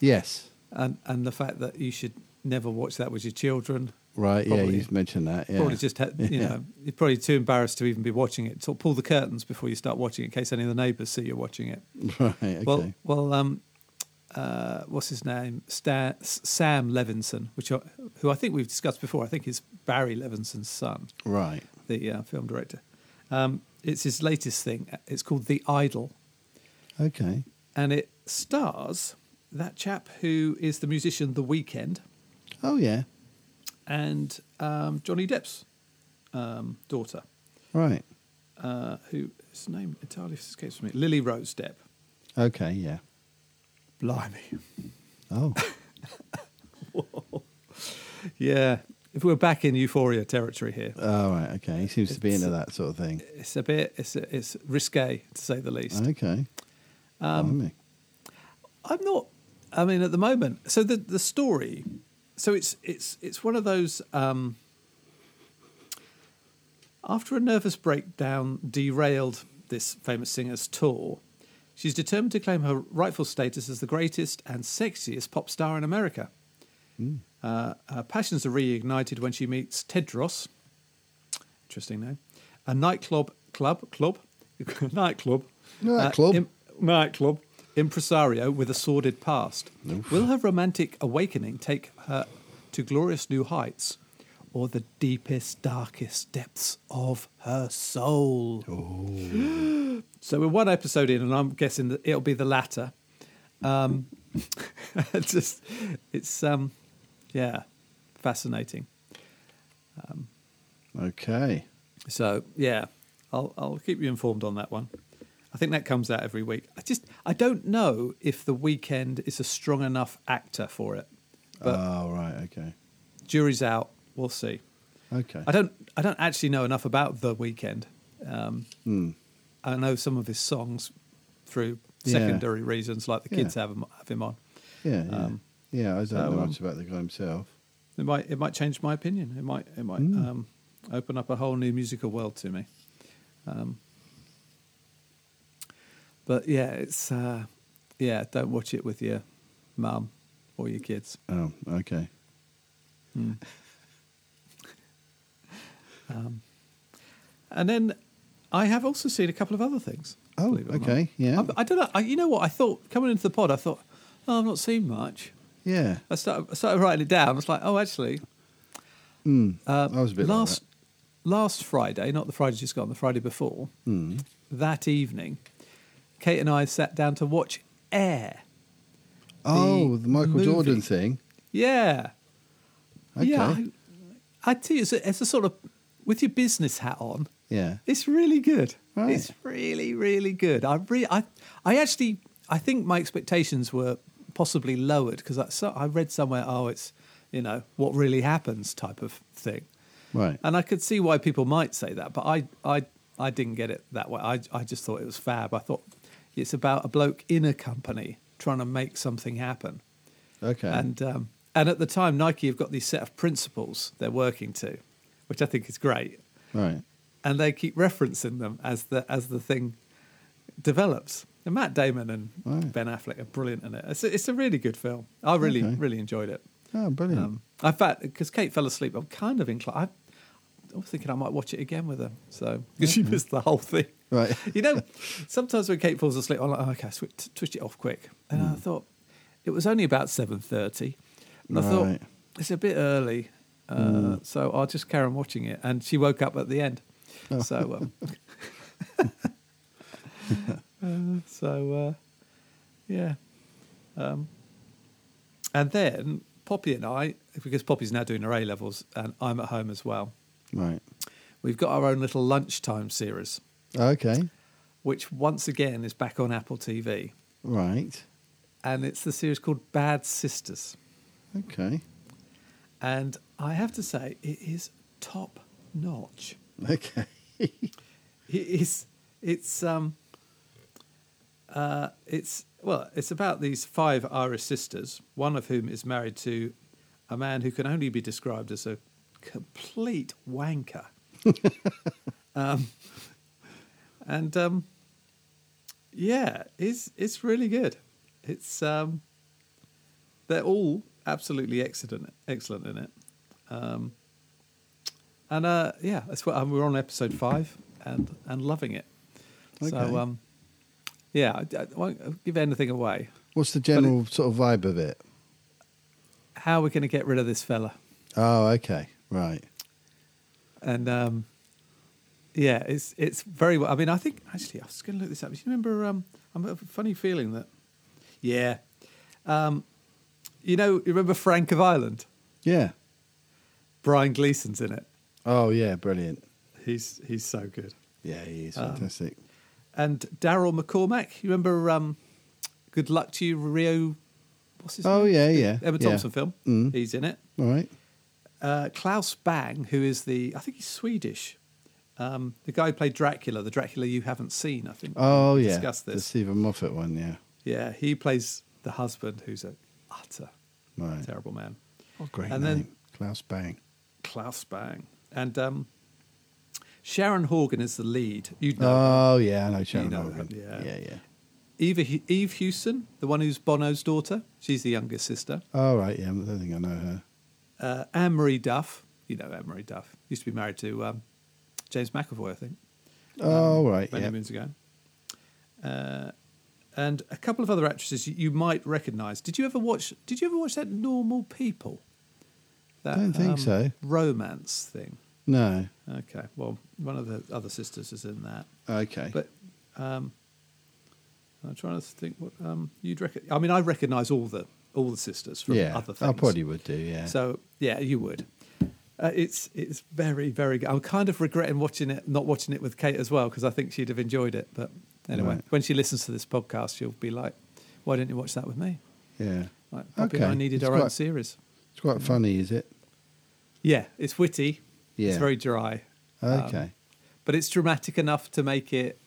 Yes.
and and the fact that you should never watch that with your children.
Right. Yeah.
Probably.
You've mentioned that. Yeah.
Probably just had, you know, you're probably too embarrassed to even be watching it. So pull the curtains before you start watching it, in case any of the neighbours see you watching it.
(laughs) Right. Okay.
Well, well, um, uh, what's his name? Stan, S- Sam Levinson, which I, who I think we've discussed before. I think is Barry Levinson's son,
right.
the uh, film director. Um, it's his latest thing. It's called The Idol,
Okay.
and it stars that chap who is the musician The Weekend
Oh yeah.
and um, Johnny Depp's um, daughter.
Right.
uh, who his name entirely escapes me. Lily Rose Depp.
Okay, yeah.
Blimey. (laughs)
Oh,
Yeah. If we're back in euphoria territory here,
all right. Okay, he seems to be
It's-
into that sort of thing.
it's a bit it's it's risque to say the least.
Okay.
Um,
Blimey.
I'm not. I mean, at the moment, so the the story, so it's it's it's one of those. Um, after a nervous breakdown derailed this famous singer's tour, she's determined to claim her rightful status as the greatest and sexiest pop star in America. Uh, her passions are reignited when she meets Tedros. Interesting name. A nightclub club club (laughs) nightclub Uh,
Nightclub.
im- nightclub impresario with a sordid past. Will her romantic awakening take her to glorious new heights, or the deepest, darkest depths of her soul? (gasps) So we're one episode in, and I'm guessing that it'll be the latter. (laughs) Um, it's just, it's um, yeah, fascinating.
Okay.
So yeah, I'll I'll keep you informed on that one. I think that comes out every week. I just I don't know if the weekend is a strong enough actor for it, but
oh, right. Okay.
jury's out. We'll see.
Okay.
I don't I don't actually know enough about the weekend. Um,
Hmm.
I know some of his songs through
Yeah.
secondary reasons, like the kids
Yeah.
have him, have him on.
Yeah. Yeah.
Um,
yeah. I don't
so,
know
um,
much about the guy himself.
It might it might change my opinion. It might it might
Mm.
um, open up a whole new musical world to me. Um, but yeah, it's uh, yeah. Don't watch it with your mum or your kids.
Oh, okay.
And then I have also seen a couple of other things.
Oh,
believe it or not.
okay, yeah.
I, I don't know. I, you know what? I thought coming into the pod, I thought, oh, I've not seen much.
Yeah.
I started, I started writing it down. I was like, oh, actually, uh,
Hmm. I was a bit like
last last Friday, not the Friday just gone, the Friday before
Hmm.
that evening. Kate and I sat down to watch Air.
Oh, the Michael
movie.
Jordan thing.
Yeah,
Okay.
yeah. I, I tell you, it's a, it's a sort of with your business hat on.
Yeah.
It's really good.
Right.
It's really, really good. I re- I, I actually, I think my expectations were possibly lowered because I, so, I read somewhere, oh, it's, you know, what really happens type of thing.
Right.
And I could see why people might say that, but I, I, I didn't get it that way. I, I just thought it was fab. I thought it's about a bloke in a company trying to make something happen.
Okay.
And um, and at the time, Nike have got these set of principles they're working to, which I think is great
right.
and they keep referencing them as the as the thing develops. And Matt Damon and
Right.
Ben Affleck are brilliant in it. It's a, it's a really good film. I really
Okay.
really enjoyed it.
Oh, brilliant.
Um, in fact, because Kate fell asleep, I'm kind of inclined. I, I was thinking I might watch it again with her. So because she missed the whole thing.
Right.
(laughs)
(laughs)
You know, sometimes when Kate falls asleep, I'm like, oh, okay, switch, switch it off quick. And
Hmm.
I thought it was only about seven thirty, and I
Right.
thought it's a bit early, uh, so I'll just carry on watching it. And she woke up at the end, so um, uh, (laughs) so uh, yeah. um, And then Poppy and I, because Poppy's now doing her A levels and I'm at home as well,
right.
we've got our own little lunchtime series,
Okay.
which once again is back on Apple TV.
Right.
And it's the series called Bad Sisters.
Okay. (laughs)
And I have to say, it is top notch.
Okay.
It is, it's, um, uh, it's, well, it's about these five Irish sisters, one of whom is married to a man who can only be described as a complete wanker. and um, yeah, it's it's really good. It's um, they're all absolutely excellent, excellent in it. Um, and uh, yeah, that's what um, we're on episode five and and loving it.
Okay.
So um, yeah, I, I won't give anything away.
What's the general sort of vibe of it?
How are we going to get rid of this fella?
Oh, okay. Right.
And um, yeah, it's it's very well. I mean, I think actually I was going to look this up. Do you remember? Um, I'm I have a funny feeling that. Yeah, um, you know, you remember Frank of Ireland?
Yeah.
Brian Gleason's in it.
Oh, yeah. Brilliant.
He's he's so good.
Yeah, he is
Um,
fantastic.
And Daryl McCormack, you remember um, Good Luck to You, Rio? What's his
Oh,
name?
yeah,
The
yeah,
Emma
yeah. Mm-hmm.
Thompson film. He's in it.
All right.
Uh, Klaus Bang, who is the, I think he's Swedish. Um, the guy who played Dracula, the Dracula you haven't seen, I think.
Oh
We
yeah,
Discussed
the
this.
Stephen Moffat one. Yeah,
Yeah, he plays the husband who's an utter
right.
terrible man.
What a great
And
name,
then-
Klaus Bang.
Klaus Bang. And um, Sharon Horgan is the lead. You'd know. her.
Oh yeah, I know Sharon
know
Horgan.
him, yeah.
yeah, yeah.
Eva, Hu- Eve Hewson, the one who's Bono's daughter. She's the youngest sister.
All right, yeah. I don't think I know her.
Uh, Anne Marie Duff. You know Anne Marie Duff. Used to be married to um, James McAvoy, I think, Um,
Oh right,
many
yeah.
moons ago. Uh, and a couple of other actresses you, you might recognise. Did you ever watch? Did you ever watch that Normal People? That, um,
Don't think so.
Romance thing.
No,
Okay. Well, one of the other sisters is in that.
okay.
But um, I'm trying to think what um, you'd rec- I mean, I recognise all the all the sisters from
yeah,
other things.
I probably would do. Yeah.
So yeah, you would. Uh, it's it's very very good. I'm kind of regretting watching it, not watching it with Kate as well, because I think she'd have enjoyed it. But anyway,
Right.
when she listens to this podcast, she'll be like, "Why didn't you watch that with me?"
yeah,
Like, Poppy and
Okay.
I needed
It's
our own
quite-
series.
it's quite funny, is it?
Yeah, it's witty.
Yeah.
it's very um, dry,
Okay.
but it's dramatic enough to make it,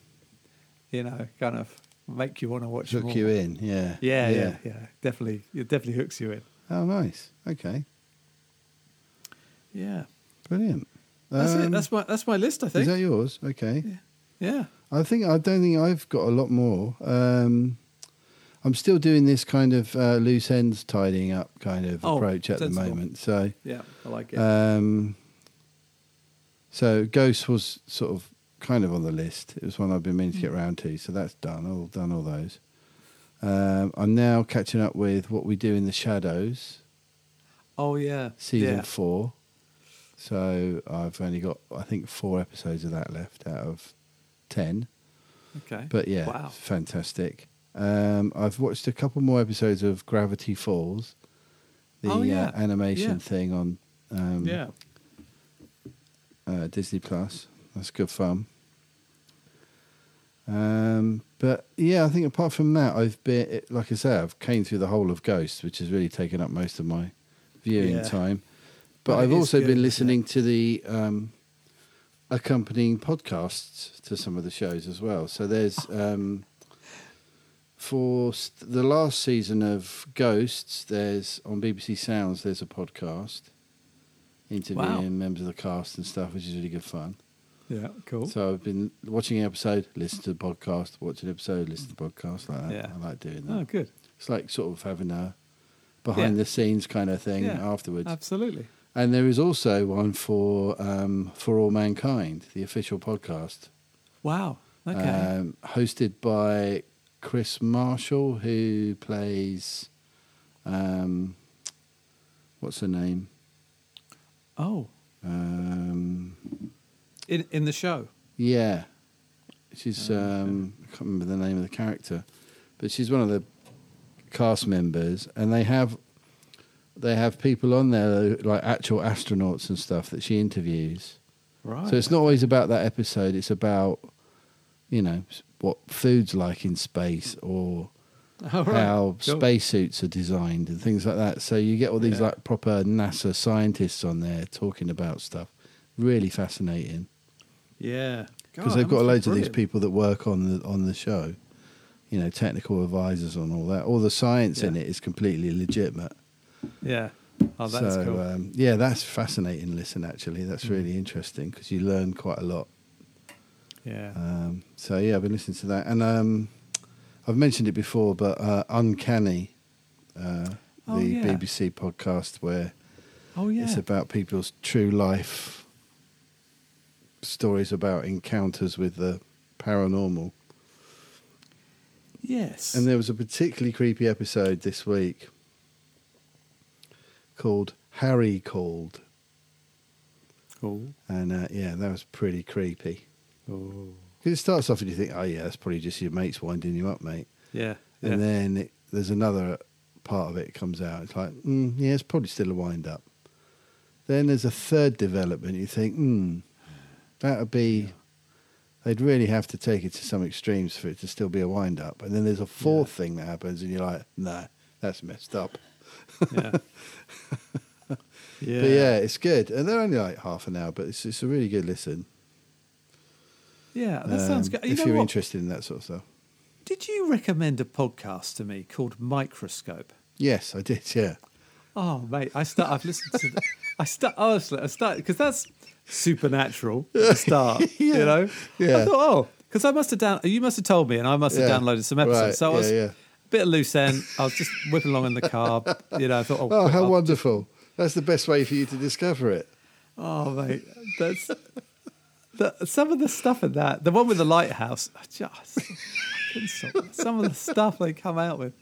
you know, kind of make you want to watch
Took
more.
you in. Yeah.
Yeah, yeah, yeah, Definitely, it definitely hooks you in.
Oh, nice. Okay.
Yeah,
Brilliant.
that's it.
Um,
That's my that's my list. I think.
Is that yours? Okay.
yeah.
I think I don't think I've got a lot more. Um, I'm still doing this kind of uh, loose ends tidying up kind of
Oh,
approach at the
sensible.
moment. So,
Yeah, I like it.
um, so Ghost was sort of kind of on the list. It was one I've been meaning to
Mm.
get round to. So that's done. All done. All those. Um, I'm now catching up with what we do in the shadows
oh yeah,
season
yeah.
four. So I've only got I think four episodes of that left out of ten.
Okay.
But yeah,
Wow.
fantastic. Um, I've watched a couple more episodes of Gravity Falls, the
Oh, yeah.
uh, animation
Yeah.
thing on um,
Yeah.
uh, Disney Plus. That's good fun. Um, but yeah, I think apart from that, I've been it- like I say, I've came through the whole of Ghosts, which has really taken up most of my viewing
Yeah.
time. But
Well, it
I've
is
also
good, isn't
been
it?
listening to the um, accompanying podcasts to some of the shows as well. So there's um, for st- the last season of Ghosts, there's on BBC Sounds, there's a podcast interviewing members of the cast and stuff, which is really good fun.
Yeah. Cool.
So I've been watching an episode, listen to the podcast, watch an episode, listen to the podcast like that.
Yeah.
I like doing that.
oh, good.
It's like sort of having a behind the scenes kind of thing
Yeah.
afterwards.
Absolutely.
And there is also one for um, For All Mankind, the official podcast,
Wow. Okay.
um, hosted by Chris Marshall, who plays um, what's her name?
oh,
Um,
in in the show.
Yeah, she's
Oh,
um, I can't remember the name of the character, but she's one of the cast members, and they have they have people on there like actual astronauts and stuff that she interviews.
Right.
So it's not always about that episode; it's about you know s- what food's like in space or
(laughs) All right.
how
Cool.
spacesuits are designed and things like that. So you get all these
Yeah.
like proper NASA scientists on there talking about stuff. Really fascinating
Yeah.
because
God,
they've
that
got
must be
loads of these
brilliant.
people that work on the on the show, you know, technical advisors on all that. All the science in
Yeah.
it is completely legitimate.
Yeah. Oh, that's
so
cool. Hmm.
um, yeah, that's fascinating. to Listen, actually, that's really interesting because you learn quite a lot.
yeah.
Um, so yeah, I've been listening to that, and um, I've mentioned it before, but uh, Uncanny, uh, the
Oh, yeah.
BBC podcast where
oh yeah.
it's about people's true life stories about encounters with the paranormal.
yes.
And there was a particularly creepy episode this week called Harry Called.
cool.
And uh, yeah, that was pretty creepy.
Oh.
'Cause it starts off and you think, oh, yeah, that's probably just your mates winding you up, mate.
Yeah.
And
yeah.
then it, there's another part of it comes out. It's like, mm, yeah, it's probably still a wind up. Then there's a third development. You think, hmm, that'd be they'd really have to take it to some extremes for it to still be a wind up. And then there's a fourth thing that happens, and you're like, nah, that's messed up.
Yeah.
But yeah, it's good. And they're only like half an hour, but it's, it's a really good listen.
Yeah, that sounds
Um,
good. You
if
know
you're
what?
interested in that sort of stuff.
Did you recommend a podcast to me called Microscope?
Yes, I did. Yeah.
Oh, mate, I start. I've listened to. The, I start. Honestly, I start because that's supernatural. At the start, you know. I
(laughs) Yeah.
thought, oh, because I must have down. You must have told me, and I must have
Yeah.
downloaded some episodes.
Right,
So I
yeah,
was
yeah.
a bit loose end. I was just whipping along in the car. You know, I thought, oh,
Oh, how
I'll-
wonderful. That's the best way for you to discover it.
Oh, mate, that's the, some of the stuff in that. The one with the lighthouse, I just I couldn't stop it. some of the stuff they come out with,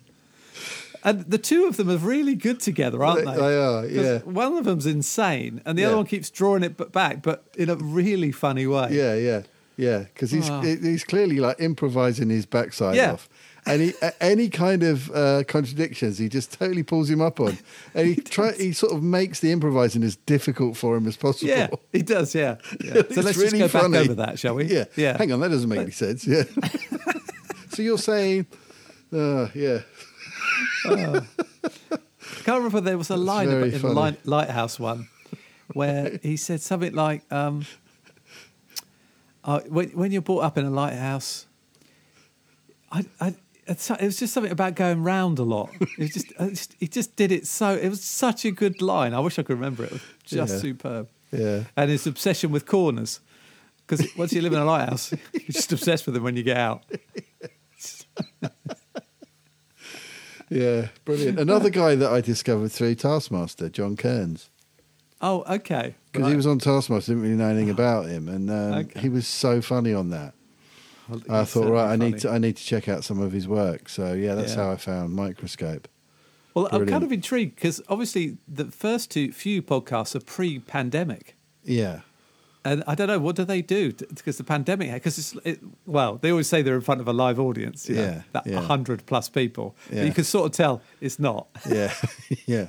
and the two of them are really good together, aren't
They-
they?
they are,
'Cause
yeah.
One of them's insane, and the other
Yeah.
one keeps drawing it b- back, but in a really funny way.
Yeah, yeah, yeah. Because he's
Wow.
he's clearly like improvising his backside
Yeah.
off. And he, a- any kind of uh, contradictions, he just totally pulls him up on, and
(laughs)
he try, he sort of makes the improvising as difficult for him as possible.
yeah,
(laughs)
he does. Yeah. yeah.
It's
So let's
really
just go
funny.
back over that, shall we?
Yeah,
Yeah.
Hang on, that doesn't make any sense.
(laughs)
Yeah. so you're saying, uh, yeah,
I can't remember there was a line
very
about, in the
funny.
light, lighthouse one where he said something like, um, uh, when, "When you're brought up in a lighthouse, I, I, it's- it was just something about going round a lot. It was just, (laughs) I just, he just did it so. It was such a good line. I wish I could remember it. It was just
Yeah.
superb.
Yeah.
And his obsession with corners, because once you live in a lighthouse, (laughs) you're just obsessed with them when you get out.
yeah, brilliant. Another guy that I discovered through Taskmaster, John Kearns.
Oh, okay.
Because he
Right.
was on Taskmaster, didn't really know anything about him, and um,
Okay.
he was so funny on that.
Well,
I
he's
thought,
certainly
right, I need
funny.
to I need to check out some of his work. So yeah, that's
Yeah.
how I found Microscope.
Well, I'm
Brilliant.
kind of intrigued because obviously the first two few podcasts are pre-pandemic,
Yeah,
and I don't know what do they do because the pandemic because it's it, well they always say they're in front of a live audience, you know,
Yeah,
that
yeah.
hundred plus people,
Yeah.
but you can sort of tell it's not.
yeah, yeah.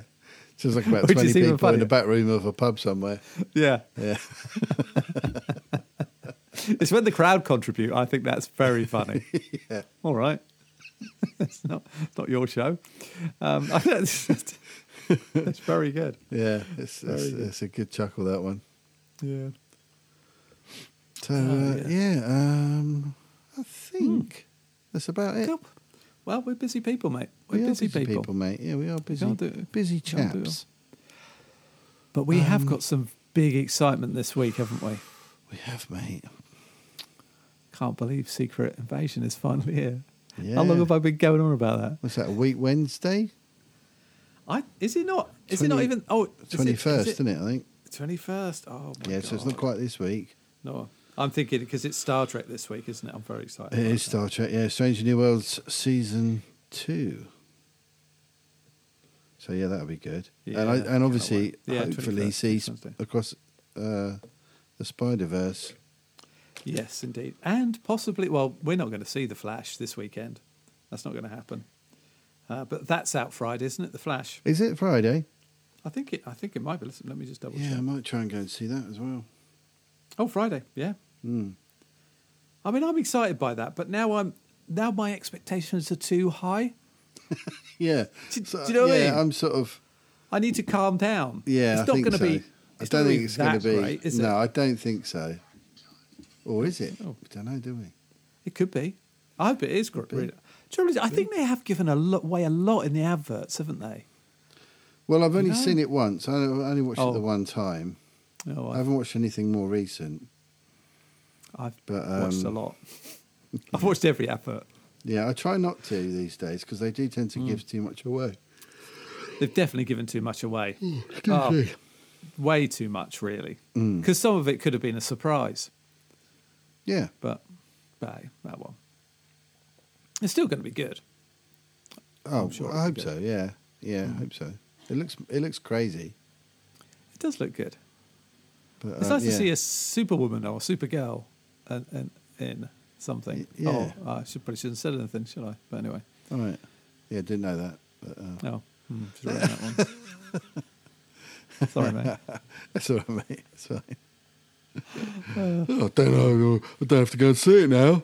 Sounds like about
Which
twenty
is even
people in
funnier.
the back room of a pub somewhere.
yeah,
(laughs) Yeah,
(laughs) it's when the crowd contribute. I think that's
(laughs)
very funny. All right, (laughs) it's not it's not your show. Um, (laughs) I think that's, that's very good.
yeah. It's it's,
Very good.
it's a good chuckle that one.
Yeah.
So
Oh,
uh,
yeah.
yeah, um, I think that's about it.
Cool. Well, we're busy people, mate. We're
We are
busy, people.
mate. Yeah, we are busy.
can't do it.
busy
can't do it
chaps.
But we
Um,
have got some big excitement this week, haven't we?
We have, mate.
Can't believe Secret Invasion is finally here.
Yeah.
How long have I been going on about that?
What's that? A week Wednesday,
I is it not? Is it not
20
even? Oh,
twenty first, isn't it? I think.
Twenty first. Oh my
Yeah,
god.
so it's not quite this week.
No, I'm thinking because it's Star Trek this week, isn't it? I'm very excited.
It
about
is
that.
Star Trek, yeah. Stranger New Worlds season two. So yeah, that'll be good. and
Yeah,
I,
can't
and obviously,
wait. Yeah,
hopefully,
21st,
see
next Wednesday.
across uh, the Spider Verse.
Yes, indeed, and possibly. Well, we're not going to see the Flash this weekend. That's not going to happen. Uh, but that's out Friday, isn't it? The Flash.
Is it Friday?
I think it. I think it might be. Listen, let me just double
Yeah, I
check.
might try and go and see that as well.
Oh, Friday. Yeah.
Mm.
I mean, I'm excited by that, but now I'm now my expectations are too high.
Yeah.
Do- do you know what I
yeah,
mean?
am sort of
I need to calm down.
yeah.
it's
I
not
think
going to
so.
be.
I don't
not
think it's going
that
to be.
Great, is
no,
it?
I don't think so. Or is it?
Oh.
We don't know, do we?
it could be. I hope it is great. Trouble is, I think they have given a lot, away a lot in the adverts, haven't they?
Well, I've only
No.
seen it once. I I only watched
Oh.
it the one time.
Oh,
I
I've,
haven't watched anything more recent.
I've
but,
watched a
um,
lot. I've watched every advert.
Yeah, I try not to these days because they do tend to
Hmm.
give too much away.
They've definitely given too much away. (laughs)
Hmm.
Oh, way too much, really.
Hmm.
Because some of it could have been a surprise.
(laughs) Yeah,
but but hey, that one. It's still going to be good.
oh,
sure Hmm.
I hope
it'll
so. Yeah, yeah, I hope so. It looks it looks crazy.
It does look good.
But,
It's
uh,
nice
yeah.
to see a superwoman or supergirl in, in, in something.
Y- yeah.
Oh, I should probably shouldn't have said anything, should I? But anyway,
All right. Yeah, didn't know that. (laughs) But, uh,
no. Hmm, should have written that one. (laughs) Sorry, mate. (laughs)
that's all right, mate. That's fine. Oh, I don't know. I don't have to go and see it now.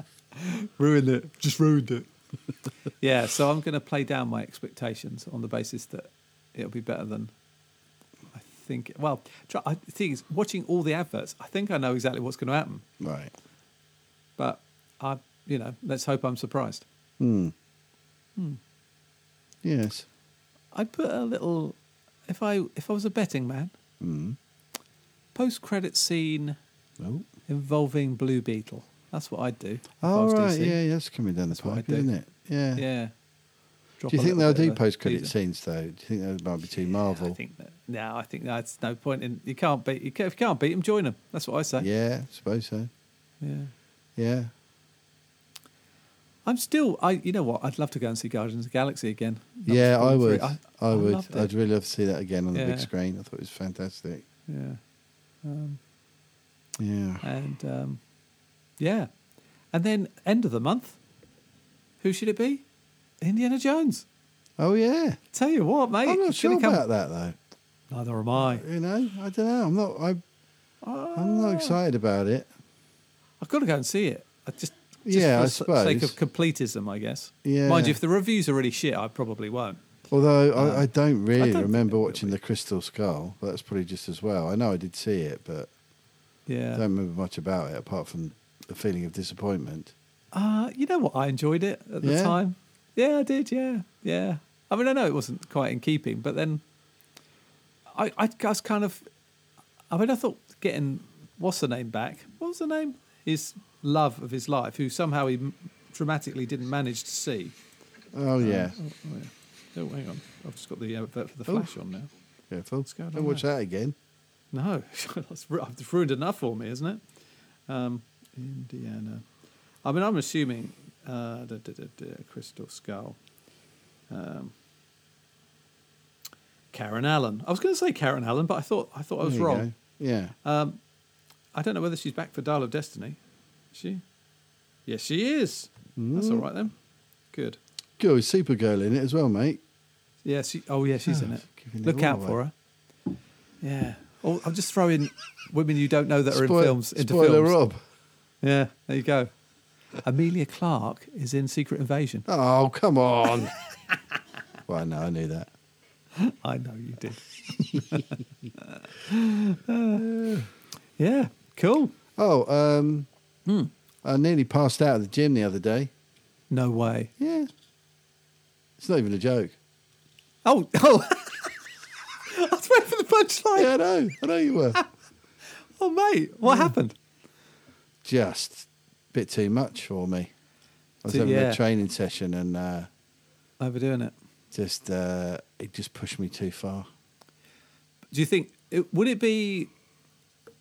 (laughs) ruined it. Just ruined it. yeah, so I'm going to play down my expectations on the basis that it'll be better than I think. Well, try, I, the thing is, watching all the adverts, I think I know exactly what's going to happen.
right.
But I, you know, let's hope I'm surprised. Hmm.
Hmm. Yes.
I'd put a little. If I if I was a betting man,
Mm.
post credit scene
Oh.
involving Blue Beetle. That's what I'd do. if I
All
was
Oh, right.
DC.
Yeah, yeah, that's coming down the
what I
pipe,
do.
isn't it? Yeah.
Yeah. Drop
Do you
a
think
little
they'll
bit
do
of a
post credit
teaser.
scenes though? Do you think that might be too
I
Marvel?
think that, no, I think that's no point in. You can't beat. You can't, if you can't beat them, join them. That's what I say.
Yeah, I suppose so.
Yeah.
Yeah.
I'm still. I. You know what? I'd love to go and see Guardians of the Galaxy again. That was
yeah, I
probably
would.
three-
I,
I
would.
loved it.
I'd really love to see that again on the big
Yeah.
screen. I thought it was fantastic.
Yeah.
Yeah.
And um, yeah, and then end of the month. Who should it be? Indiana Jones.
Oh yeah.
Tell you what, mate.
I'm not
it's
sure
gonna come-
about that though.
Neither am I.
You know, I don't know. I'm not. I, I'm
Ah.
not excited about it.
I've got to go and see it. I just, just
Yeah,
for
I
the s- sake
suppose.
of completism, I guess.
Yeah.
Mind you, if the reviews are really shit, I probably won't.
Although I, I don't really
Ah. don't think it
remember
will
watching the Crystal Skull. That's probably just as well. I know I did see it, but I
Yeah.
don't remember much about it apart from the feeling of disappointment.
Uh, you know what? I enjoyed it at the
Yeah?
time. Yeah, I did. Yeah, yeah. I mean, I know it wasn't quite in keeping, but then I, I was kind of. I mean, I thought getting what's her name back. What was her name? His love of his life, who somehow he m- dramatically didn't manage to see. Ah.
Oh yeah,
Oh, hang on. I've just got the advert for the Flash on now.
careful.
what's going
Don't
on
watch that again.
No, (laughs) that's ru- it's ruined enough for me, isn't it? Um, Indiana. I mean, I'm assuming uh, da, da, da, da, Crystal Skull. Um, Karen Allen. I was going to say Karen Allen, but I thought I thought I was
There you
wrong.
go. Yeah.
Um, I don't know whether she's back for Dial of Destiny. Is she? Yes, she is.
Mm.
That's all right then. Good.
Girl, is Supergirl in it as well, mate.
Yeah, she, oh yeah, she's in
Oh,
it.
giving it
Look
all
out
away.
for her. Yeah. Oh, I'm just throwing women you don't know that are
Spoil-
in films into
spoiler
films.
Rob.
Yeah, there you go. Amelia Clark is in Secret Invasion.
Oh come on. (laughs) well, no, I knew that.
I know you did. (laughs) Uh, yeah, cool.
Oh, um,
Hmm.
I nearly passed out at the gym the other day.
No way.
Yeah. It's not even a joke.
Oh, oh. (laughs) I was waiting for the punchline.
Yeah, I know. I know you
(laughs)
were.
Oh, mate, what happened?
Just a bit too much for me. I was
Too-
having
yeah.
a training session and uh,
Overdoing it.
just uh, it just pushed me too far.
Do you think it, would it be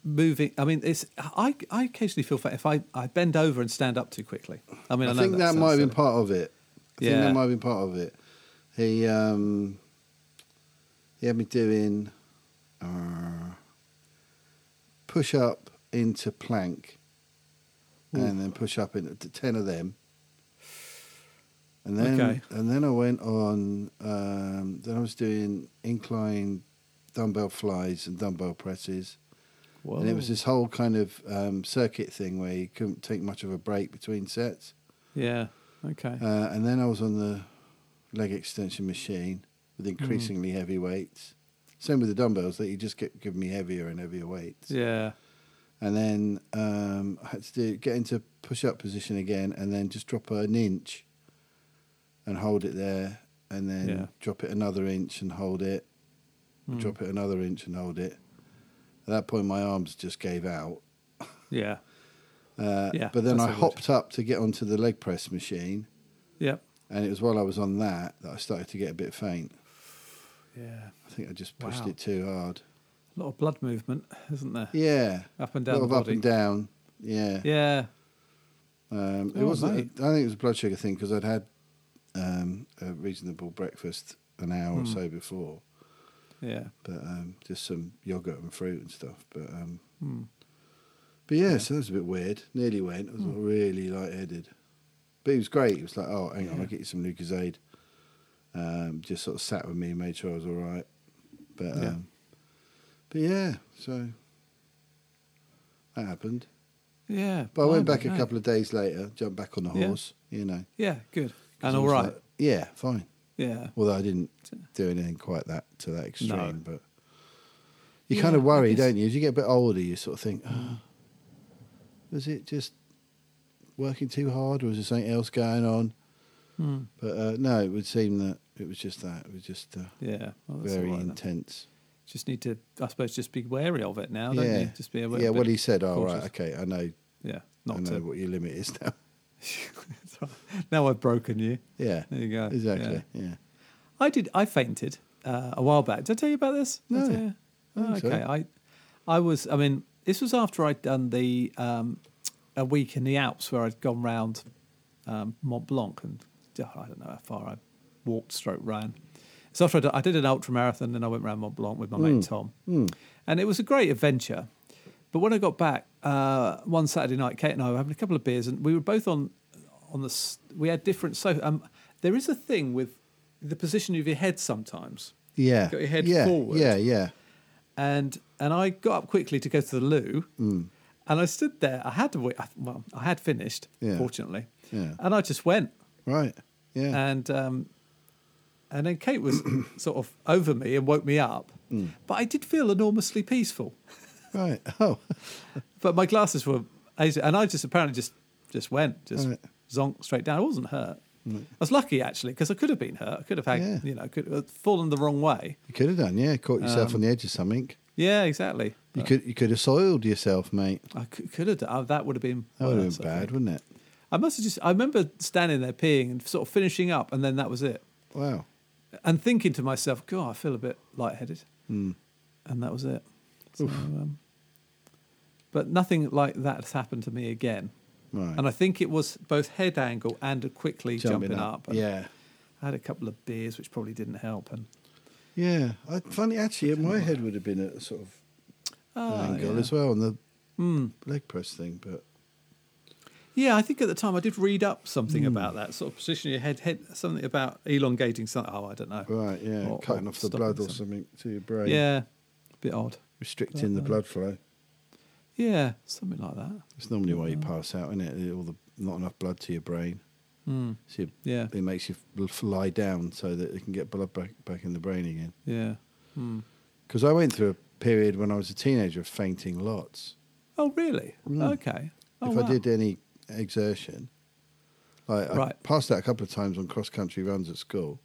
moving? I mean, it's I, I occasionally feel fat if I, I bend over and stand up too quickly. I mean, I,
I,
know
think that,
sounds
might have been
silly.
part of it. I think
Yeah.
that might have been part of it. He um, he had me doing uh, push up into plank, and then push up into t- ten of them. And then
Okay.
and then I went on. Um, then I was doing incline dumbbell flies and dumbbell presses. And it was
Whoa.
this whole kind of um, circuit thing where you couldn't take much of a break between sets.
yeah. Okay.
Uh, and then I was on the leg extension machine with
Mm.
increasingly heavy weights. Same with the dumbbells, that you just kept giving me heavier and heavier weights.
yeah.
And then um, I had to do, get into push up position again and then just drop an inch and hold it there and then
Yeah. Mm.
drop it another inch and hold it, drop it another inch and hold it. At that point, my arms just gave out.
Yeah.
Uh,
Yeah,
but then I
that's a good-
hopped up to get onto the leg press machine
Yep.
And it was while I was on that that I started to get a bit faint.
Yeah.
I think I just pushed
Wow.
it too hard.
A lot of blood movement, isn't there?
Yeah.
Up and
A
down
lot of
the
up
body.
and down. Yeah.
Yeah.
Um, it
Oh,
wasn't.
mate.
I think it was a blood sugar thing because I'd had um, a reasonable breakfast an hour
Hmm.
or so before,
Yeah.
but um, just some yogurt and fruit and stuff. But um,
Hmm.
but yeah, so that was a bit weird. Nearly went. I was
Hmm.
really lightheaded, but it was great. It was like, oh, hang on, I'll get you some Lucozade. Um, just sort of sat with me and made sure I was all right. um, But
Yeah.
um, but yeah, so That happened.
Yeah.
But I went back
blimey,
a
no.
couple of days later, jumped back on the
Yeah.
horse, you know.
Yeah, good.
'cause
And
I
all
was
right.
like, yeah, fine.
yeah.
Although I didn't do anything quite that to that extreme, but you
Yeah,
kind of
I
worry,
guess-
don't you? As you get a bit older, you sort of think, oh, was it just working too hard, or was there something else going on?
Hmm.
But uh, no, it would seem that it was just that. It was just uh,
Yeah. Well, that's all
very
right then.
intense.
Just need to, I suppose, just be wary of it now, don't
yeah,
you? Just be aware.
yeah.
a
Well,
bit
he said, "All right,
cautious.
okay, I know,
Yeah.
I
Not
know
to.
what your limit is now." (laughs)
That's right. (laughs) now I've broken you.
yeah,
There you go.
exactly.
Yeah.
Yeah,
I did. I fainted uh, a while back. Did I tell you about this? Did I
No,
tell you?
I don't
Oh,
think so.
okay. I, I was. I mean, this was after I'd done the um, a week in the Alps where I'd gone round um, Mont Blanc and oh, I don't know how far I walked, stroke ran. So after I did, I did an ultra marathon, then I went round Mont Blanc with my mate Tom, and it was a great adventure. But when I got back uh, one Saturday night, Kate and I were having a couple of beers, and we were both on on the. s- We had different. So um, there is a thing with the position of your head sometimes,
yeah.
Got your head
yeah,
forward.
Yeah, yeah.
and and I got up quickly to go to the loo,
Hmm.
and I stood there. I had to wait. I- Well, I had finished,
Yeah.
fortunately,
Yeah.
and I just went.
Right. Yeah.
And um, and then
(coughs)
Kate was sort of over me and woke me up,
Hmm.
but I did feel enormously peaceful.
right. (laughs) Oh.
But my glasses were, and I just apparently just just went, just
Right.
zonk straight down. I wasn't hurt. I was lucky actually because I could have been hurt. I could have had,
Yeah.
you know, could have fallen the wrong way.
You could have done, yeah. Caught
Um,
yourself on the edge of something.
Yeah, exactly.
You
But
could you could have soiled yourself, mate.
I could, could have. Done, oh, that would have been
That would have
worse,
been
I
bad,
think.
wouldn't it?
I must have just. I remember standing there peeing and sort of finishing up, and then that was it.
Wow.
And thinking to myself, "God, I feel a bit lightheaded," and that was it. So, um, but nothing like that has happened to me again.
Right.
And I think it was both head angle and a quickly jumping, up. And
Yeah.
I had a couple of beers, which probably didn't help. And
Yeah. I, funny, actually, my head would have been at a sort of
Ah,
angle
yeah. Hmm.
as well on the leg press thing, but
Yeah, I think at the time I did read up something about that sort of position your head, head something about elongating something. Oh, I don't know.
right, yeah,
Or-
cutting
or
off the
stopping
blood or
something.
something to your brain,
Yeah, Uh-huh. bit odd.
restricting the blood flow.
Yeah, something like that.
It's normally why
Uh-huh.
you pass out, isn't it? All the not enough blood to your brain,
Mm,
so you-
Yeah.
it makes you f- lie down so that it can get blood back back in the brain again.
yeah. Mm.
Because I went through a period when I was a teenager of fainting lots.
Oh, really?
Mm.
Okay. Oh,
if
wow.
I did any exertion. Like I
Right.
passed out a couple of times on cross country runs at school.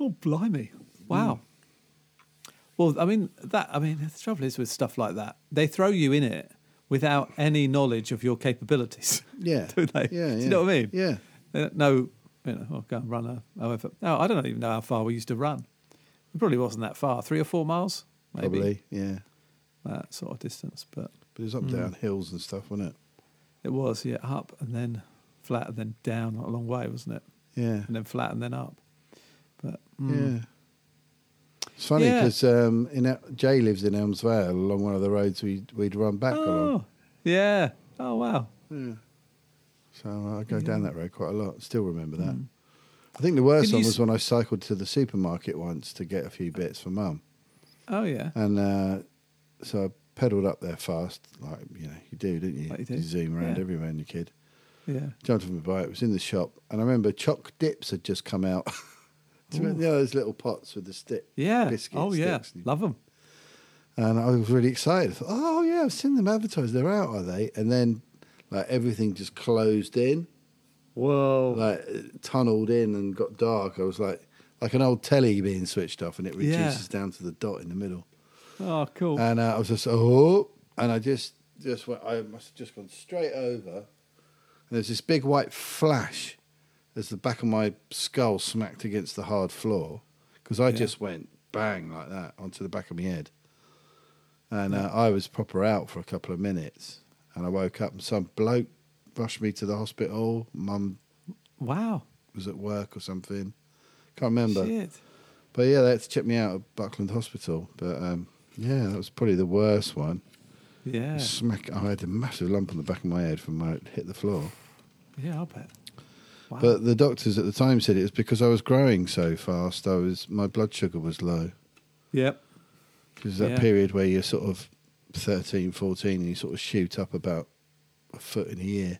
Oh, blimey! Wow.
Mm.
Well, I mean that. I mean, the trouble is with stuff like that, they throw you in it without any knowledge of your capabilities. (laughs)
Yeah.
do they?
Yeah, yeah.
Do you know what I mean?
Yeah.
They don't know. You know, oh, go and run a however. No, I don't even know how far we used to run. It probably wasn't that far, three or four miles, maybe
Probably. Yeah.
that sort of distance. But
But it was up
Hmm.
down hills and stuff, wasn't it?
it was yeah, up and then flat and then down a long way, wasn't it?
Yeah.
(laughs) And then flat and then up. But mm,
Yeah. It's funny
Yeah.
because um, in El- Jay lives in Elmsvale along one of the roads we we'd run back
oh, yeah. Oh wow.
along. Yeah. So uh, I go down that road quite a lot. Still remember that. I think the worst
Did Hmm. you
one
s-
was when I cycled to the supermarket once to get a few bits for mum.
Oh yeah.
And uh, so I pedalled up there fast, like you know you do, don't you?
Like you do,
zoom around
yeah.
everywhere in your kid.
Yeah.
Jumped from my bike. Was in the shop, and I remember choc dips had just come out. (laughs) Do you remember you know, those little pots with the stick?
Yeah.
biscuit
oh yeah.
sticks?
Love them.
And I was really excited. I thought, oh yeah, I've seen them advertised. They're out, are they? And then like everything just closed in,
Whoa.
like it tunneled in, and got dark. I was like. Like an old telly being switched off, and it
Yeah.
reduces down to the dot in the middle.
Oh cool.
And uh, I was just oh, and I just just went. I must have just gone straight over. And there's this big white flash as the back of my skull smacked against the hard floor because I
Yeah.
just went bang like that onto the back of my head. And uh, I was proper out for a couple of minutes, and I woke up and some bloke rushed me to the hospital. Mum
wow.
was at work or something. Can't remember.
Shit.
But yeah, they had to check me out at Buckland Hospital. But um, yeah, that was probably the worst one.
Yeah.
Smack! I had a massive lump on the back of my head from where it hit the floor.
Yeah. I'll bet. Wow.
But the doctors at the time said it was because I was growing so fast. I was my blood sugar was low
yep.
because that
Yeah.
period where you're sort of 13, 14, and you sort of shoot up about a foot in a year.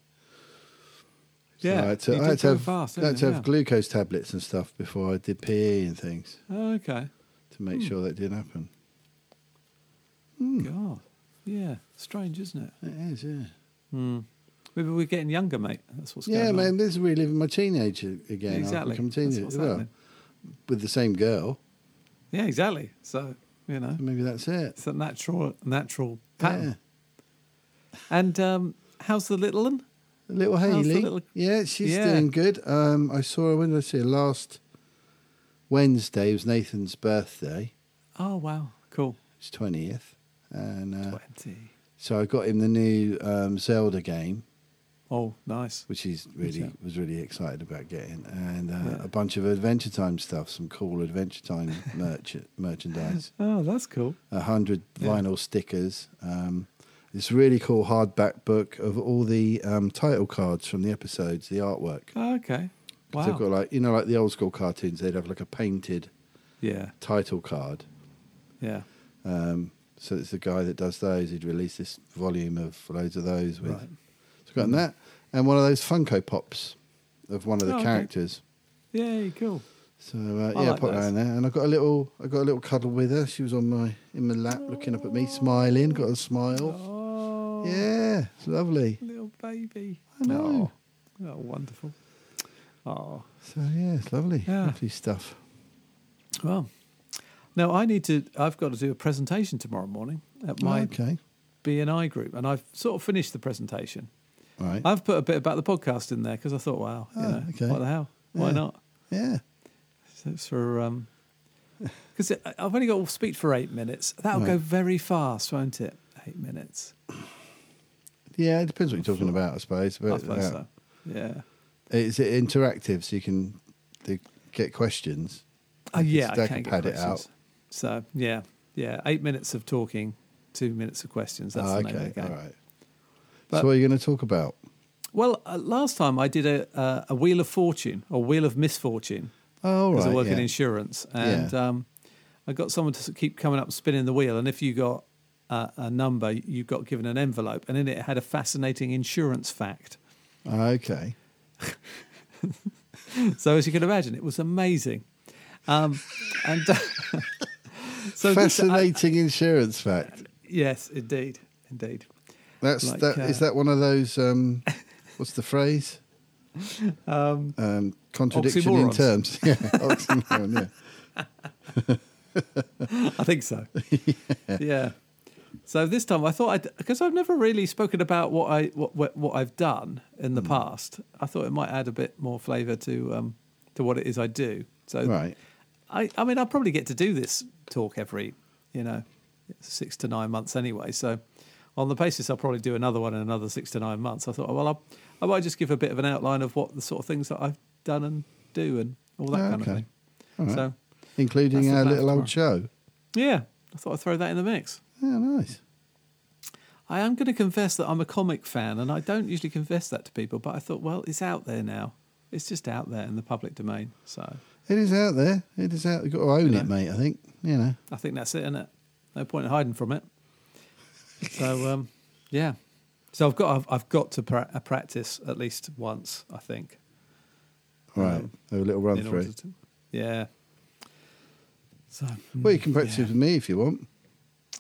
So
Yeah,
I had to,
you
I
did
had to
go
have,
fast,
I had
didn't
to
you?
have glucose tablets and stuff before I did PE and things
Oh, okay.
to make
Hmm.
sure that didn't happen. Hmm.
God. Yeah. Strange, isn't it?
It is, yeah.
Maybe we're getting younger, mate. That's what's
yeah,
going
man,
on.
this is reliving my teenage again. I've
Exactly.
become a
That's
teenager
what's
as well.
happening.
With the same girl.
Yeah, exactly. So, you know,
Maybe that's it.
it's a natural natural pattern.
Yeah.
And um, how's the little one?
Little
How's the
Haley.
little-
Yeah, she's
Yeah.
doing good. Um, I saw her, when did I see her? Last Wednesday was Nathan's birthday,
Oh, wow. Cool.
his 20th. And uh,
20.
so I got him the new um, Zelda game,
Oh, nice.
which he's really
out.
was really excited about getting, and uh,
Yeah.
a bunch of Adventure Time stuff, some cool Adventure
(laughs)
Time merch- merchandise.
Oh, that's cool.
a hundred
Yeah.
vinyl stickers. Um, this really cool hardback book of all the um, title cards from the episodes, the artwork.
Oh, okay.
'Cause
Wow.
They've got like you know, like the old school cartoons. They'd have like a painted
yeah.
title card.
Yeah.
Um, so it's the guy that does those. He'd release this volume of loads of those. With.
Right.
So I've gotten that, and one of those Funko Pops of one of the
Oh, okay.
characters.
Yay, cool.
So uh,
I
yeah,
like
put her
those.
in there, and I got a little, I got a little cuddle with her. She was on my in my lap, looking up at me, smiling. Got a smile.
Oh,
Yeah, it's lovely.
little baby.
I know.
Oh, oh, wonderful. Oh,
So yeah, it's lovely,
Yeah.
lovely stuff.
well. Now I need to. I've got to do a presentation tomorrow morning at my
okay,
BNI group, and I've sort of finished the presentation.
all right.
I've put a bit about the podcast in there because I thought, wow, you
Oh,
know,
okay.
what the hell? Why
Yeah.
not?
yeah,
So it's for um, (laughs) because I've only got to speak for eight minutes. That'll go
Right.
very fast, won't it? Eight minutes.
yeah. It depends what you're talking about, I suppose. But
I suppose
yeah.
so. Yeah.
is it interactive? So you can do, get questions.
Oh
can-
yeah,
they
I
can
can get
pad it
questions.
out.
So yeah, yeah, eight minutes of talking, two minutes of questions. That's
Ah,
the name
okay,
of the game.
all right.
But-
so what are you going to talk about?
Well, uh, last time I did a uh, a wheel of fortune or wheel of misfortune
Oh, all
because
right.
I work in
yeah.
insurance, and um, I got someone to s- keep coming up spinning the wheel, and if you got uh, a number, you got given an envelope, and in it had a fascinating insurance fact. (laughs)
Ah, okay.
So as you can imagine, it was amazing. Um, and (laughs) uh, so this- uh, I-
Fascinating insurance
(laughs)
fact.
yes, indeed, indeed.
That's
like,
that. Is
uh,
that one of those? Um, what's the
(laughs)
phrase? Um, contradiction in
oxymorons.
terms. (laughs)
(laughs)
Yeah, oxymoron. Yeah.
I
(laughs)
think so. yeah. So this time I thought I because I've never really spoken about what I what what, what I've done in the
Hmm.
past. I thought it might add a bit more flavour to um to what it is I do. So
Right.
I I mean I'll probably get to do this talk every you know six to nine months anyway. So on the basis I'll probably do another one in another six to nine months. I thought "Oh, well I'll, I might just give a bit of an outline of what the sort of things that I've done and do and all that
Oh,
kind
okay.
of thing.
All right.
So
Including
That's the
our
plan
little old show.
yeah, I thought I'd throw that in the mix.
Yeah, nice.
I am going to confess that I'm a comic fan, and I don't usually confess that to people, but I thought, well, it's out there now. It's just out there in the public domain. So
It is out there. It is out. You've got to own
You
it,
know.
mate. I think. You know.
I think that's it, isn't it? No point in hiding from it. So, um, yeah. So I've got I've, I've got to pra- uh, practice at least once, I think.
Right. Have a little run
in
through.
order to- yeah. So,
Well, you can practice
yeah.
with me if you want.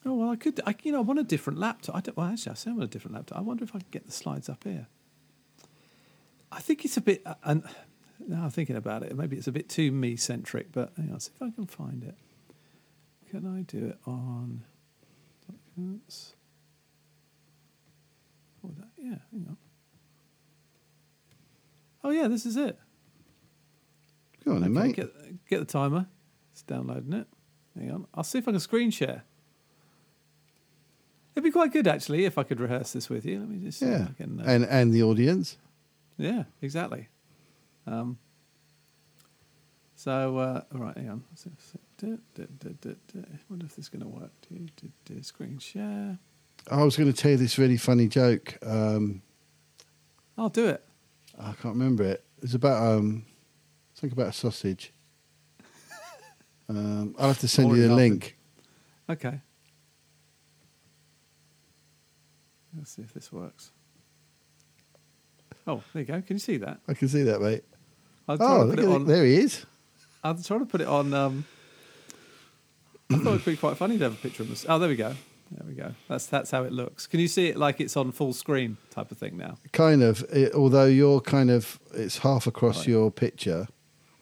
oh well, I could. I, you know, I want a different laptop. I don't. Well, actually, I say I want a different laptop. I wonder if I can get the slides up here. I think it's a bit. uh, And now I'm thinking about it, maybe it's a bit too me centric. But hang on, see if I can find it. Can I do it on documents? Oh, that, yeah, hang on. Oh yeah, this is it.
Go on, then,
Okay,
mate.
Get, get the timer. It's downloading it. Hang on. I'll see if I can screen share. It'd be quite good actually if I could rehearse this with you. Let me just see
yeah.
if I can. uh,
And and the audience.
yeah, exactly. Um, so, uh, all right, hang on. So, so, do, do, do, do, do. I wonder if this is going to work. Do, do, do, screen share.
I was going to tell you this really funny joke. Um,
I'll do it.
I can't remember it. It's about um, something about a
(laughs)
sausage. Um, I'll have to send
More
you
than
the
nothing.
link.
Okay. Let's see if this works. Oh, there you go. Can you see that?
I can see that, mate.
I'll try
Oh,
to
look
put
at
it
it.
on.
there he is.
I'll try to put it on. Um, I thought it'd be quite funny to have a picture of this. Oh, there we go. There we go. That's that's how it looks. Can you see it like it's on full screen type of thing now?
Kind of, it, although you're kind of, it's half across
Right.
your picture.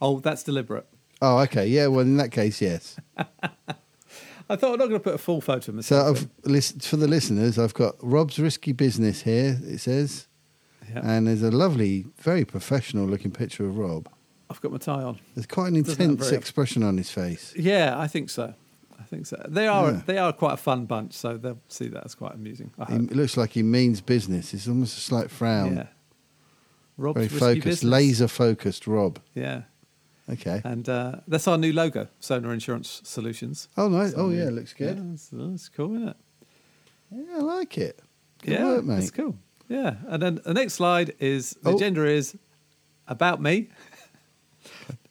Oh, that's deliberate.
Oh, okay. Yeah. Well, in that case, yes.
I thought I'm not going to put a full photo of
So
myself.
I've listen, for the listeners, I've got Rob's risky business here. It says,
in. Yeah.
and there's a lovely, very professional-looking picture of Rob.
I've got my tie on.
There's quite an
Doesn't that
intense
very-
expression on his face.
Yeah, I think so. I think so. They are
Yeah.
they are quite a fun bunch, so they'll see that as quite amusing. I
He
hope.
it looks like he means business. It's almost a slight frown.
yeah. Rob's
very
risky
focused,
business.
laser-focused Rob.
Yeah,
Okay.
and uh, that's our new logo, Sonar Insurance Solutions.
Oh nice.
It's our
Oh
new-
yeah, looks
Yeah,
good.
it's, it's cool, isn't it?
Yeah, I like it. Good
yeah,
work,
it's
mate.
cool. Yeah, and then the next slide is the
Oh.
agenda is
(laughs)
about me.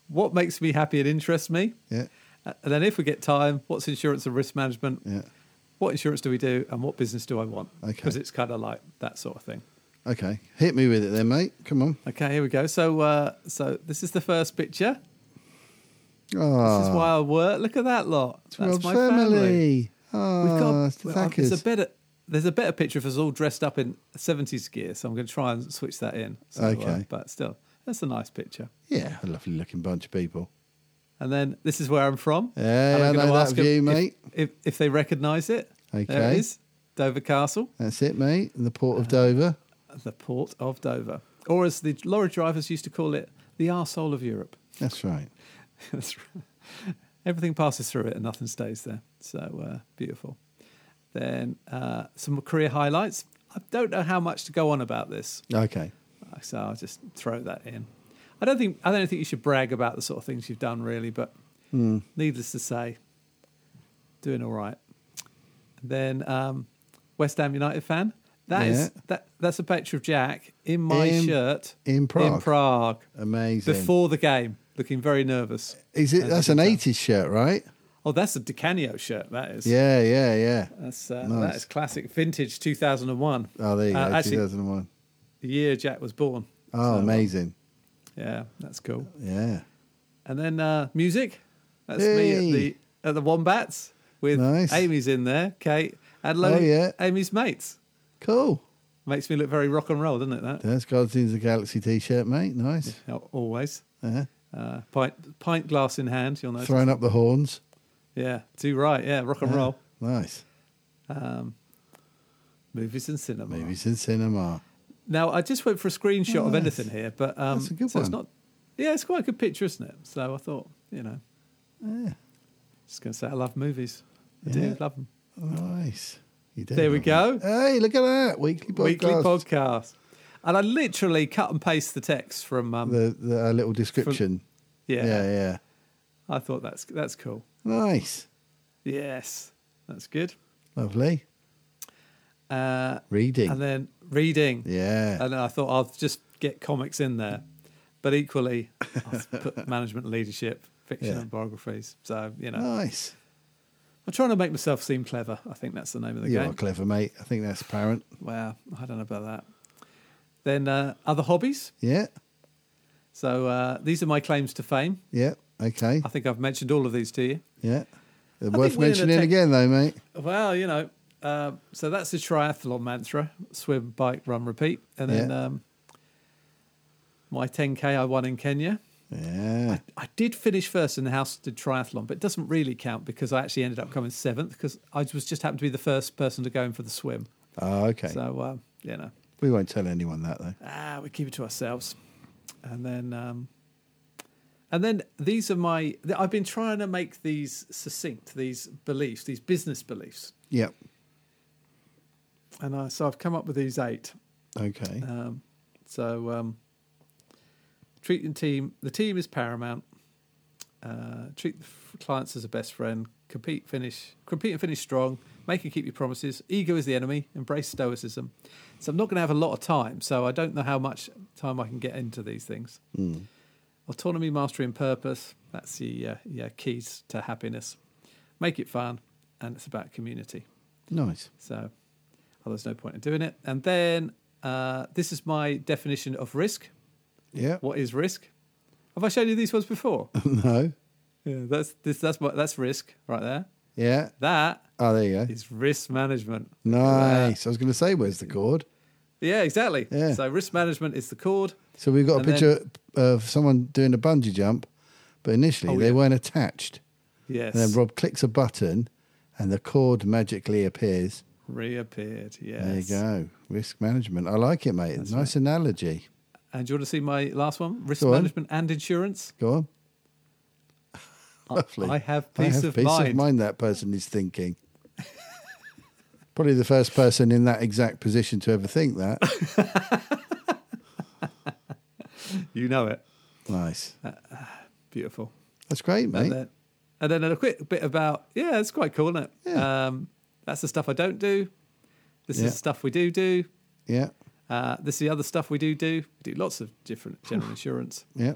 what makes me happy and interests me,
Yeah,
and then if we get time, what's insurance and risk management?
yeah.
What insurance do we do, and what business do I want?
Okay.
because it's kind of like that sort of thing.
Okay, hit me with it then, mate. Come on.
Okay, here we go. So, uh, so this is the first picture.
Oh,
This is why I work. Look at that lot.
it's
That's
Rob's
my
family.
We've
Oh,
got
it's the
well, there's a
Thackers.
better there's a better picture of us all dressed up in 70s gear, so I'm going to try and switch that in. So, uh,
Okay.
but still, that's a nice picture.
Yeah, a lovely looking bunch of people.
And then this is where I'm from.
Hey,
and
I
I'm gonna
know that
ask 'em
view,
if-
mate.
If, if, they recognise it, there
Okay.
it is, Dover Castle,
That's it, mate. In the port of
Uh-huh.
Dover.
the port of Dover, or as the lorry drivers used to call it, the arsehole of Europe. (laughs)
That's right.
That's right. Everything passes through it and nothing stays there. So uh, beautiful. Then uh, some career highlights. I don't know how much to go on about this,
Okay.
so I'll just throw that in. I don't think I don't think you should brag about the sort of things you've done, really. But
Hmm.
needless to say, doing all right. Then um, West Ham United fan. That is
Yeah.
that. That's a picture of Jack in my
In-
shirt
in
In
Prague.
Prague
Amazing.
before the game, looking very nervous.
Is it?
As
That's
you
an
can tell.
'80s shirt, right?
Oh, that's a DiCanio shirt. That is.
Yeah, yeah, yeah.
That's uh,
Nice.
that is classic vintage 2001.
Oh, there you
Uh,
go.
actually,
2001.
the year Jack was born.
Oh,
So, um,
amazing.
Yeah, that's cool.
Yeah.
And then uh, music. That's me at
Hey.
the at the Wombats with
Nice.
Amy's in there, Kate, and Lo-
Oh, yeah.
Amy's mates.
Cool.
Makes me look very rock and roll, doesn't it? That
That's Guardians of the Galaxy T-shirt, mate. Nice.
Al- always
Yeah.
uh, pint pint glass in hand. You'll notice.
Throwing up the horns.
Yeah, too right. Yeah, rock and
Yeah.
roll.
Nice.
Movies and cinema.
Movies in cinema.
Now I just went for a screenshot of
Nice.
anything here, but um,
That's a good
so it's
one.
not. Yeah, it's quite a good picture, isn't it? So I thought, you know,
Yeah.
just going to say I love movies. I
Yeah.
do love them.
Nice. You did.
There we
lovely.
go.
Hey, look at that. Weekly podcast.
Weekly podcast, and I literally cut and paste the text from. Um,
The, the uh, little description.
yeah,
yeah,
I thought that's that's cool.
Nice.
Yes, that's good.
Lovely.
Uh,
Reading.
and then reading,
yeah.
and then I thought I'll just get comics in there, but equally
(laughs)
I'll put management, leadership, fiction,
Yeah. Ah.
and biographies. So you know,
nice.
I'm trying to make myself seem clever. I think that's the name of the
You
game.
are clever, mate. I think that's apparent.
Wow, I don't know about that. Then uh, other hobbies.
Yeah.
So uh, these are my claims to fame.
Yeah. Okay.
I think I've mentioned all of these to you.
Yeah. They're
think
worth
we're in a
mentioning
tech-
again, though, mate.
Well, you know, uh, so that's the triathlon mantra: swim, bike, run, repeat. And then
Yeah.
um, my 10k I won in Kenya.
Yeah.
I did finish first in the house did triathlon, but it doesn't really count because I actually ended up coming seventh because I was just happened to be the first person to go in for the swim.
Oh, okay.
So uh, you know,
we won't tell anyone that, though.
Ah, we keep it to ourselves. And then, um, and then these are my. th- I've been trying to make these succinct, these beliefs, these business beliefs,
Yeah.
and I, so I've come up with these eight.
Okay.
Um, so, um, treat the team. The team is paramount. Uh, treat the f- clients as a best friend. Compete, finish, compete and finish strong. Make and keep your promises. Ego is the enemy. Embrace stoicism. So I'm not going to have a lot of time. So I don't know how much time I can get into these things. Autonomy, mastery, and purpose. That's the uh, yeah keys to happiness. Make it fun, and it's about community.
nice.
So Well, there's no point in doing it. And then uh, this is my definition of risk.
Yeah.
What is risk? Have I shown you these ones before?
(laughs) No.
yeah, that's this. That's my, that's risk right there.
Yeah.
That
Oh, there you go.
is risk management. Look at that.
Nice. I was going to say, where's the cord?
Yeah, exactly.
Yeah.
So risk management is the chord.
So we've got a
And then-
picture of someone doing a bungee jump, but initially
Oh,
they
yeah.
weren't attached.
Yes.
And then Rob clicks a button, and the cord magically appears.
reappeared. Yes.
There you go. Risk management. I like it, mate. nice analogy.
And do you want to see my last one? Risk
Go on.
management and insurance.
Go on. Lovely.
I have
I
peace,
have
of,
peace
mind.
of mind that person is thinking. Probably the first person in that exact position to ever think
(laughs)
that.
You know it.
nice.
Beautiful.
That's great, mate.
And then, and then a quick bit about yeah, it's quite cool, isn't it?
Yeah.
Um, that's the stuff I don't do. This
Yeah.
is stuff we do do.
Yeah.
Uh, this is the other stuff we do do. We do lots of
(sighs)
different general insurance.
Yeah.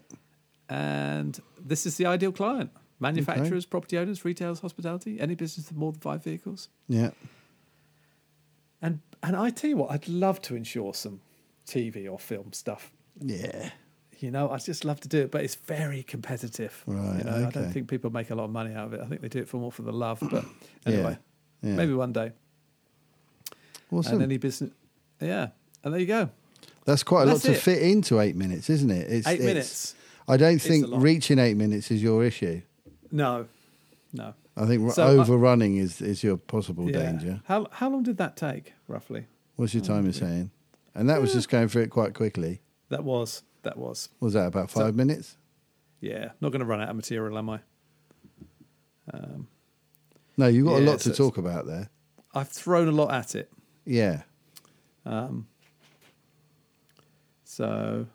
And this is the ideal client: manufacturers, property owners, retailers, hospitality, any business with more than five vehicles.
Yeah.
And and I tell you what, I'd love to insure some TV or film stuff.
Yeah.
You know, I just love to do it, but it's very competitive.
Right,
You know, I
okay.
don't think people make a lot of money out of it. I think they do it for more for the love.
(clears throat)
But anyway,
Yeah.
maybe one day.
Awesome.
And any business, yeah. And there you go.
That's quite a
That's
lot to
it.
fit into eight minutes, isn't it? It's,
Eight
it's-
minutes.
I don't
a
think
lot.
reaching eight minutes is your issue.
No, no.
I think r-
So, uh,
overrunning is, is your possible
Yeah. Oh,
danger.
How how long did that take roughly?
What's your timer saying? And that was just going through it quite quickly.
That was that was.
Was that about five minutes?
Yeah, not going to run out of material, am I?
No, you've got a
yeah,
lot
so
to
it's-
talk about there.
I've thrown a lot at it.
Yeah.
So,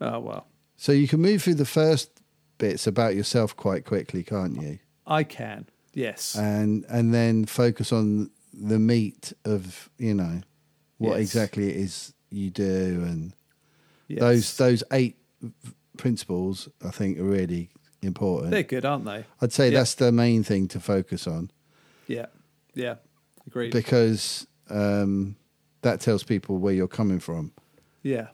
oh well,
So you can move through the first bits about yourself quite quickly, can't you?
I can. Yes.
And and then focus on the meat of, you know, what
Yes.
exactly it is you do and
yes.
those those eight principles I think are really important.
They're good, aren't they?
I'd say
Yeah.
that's the main thing to focus on
Yeah. Yeah. Agreed.
because um, that tells people where you're coming from.
yeah.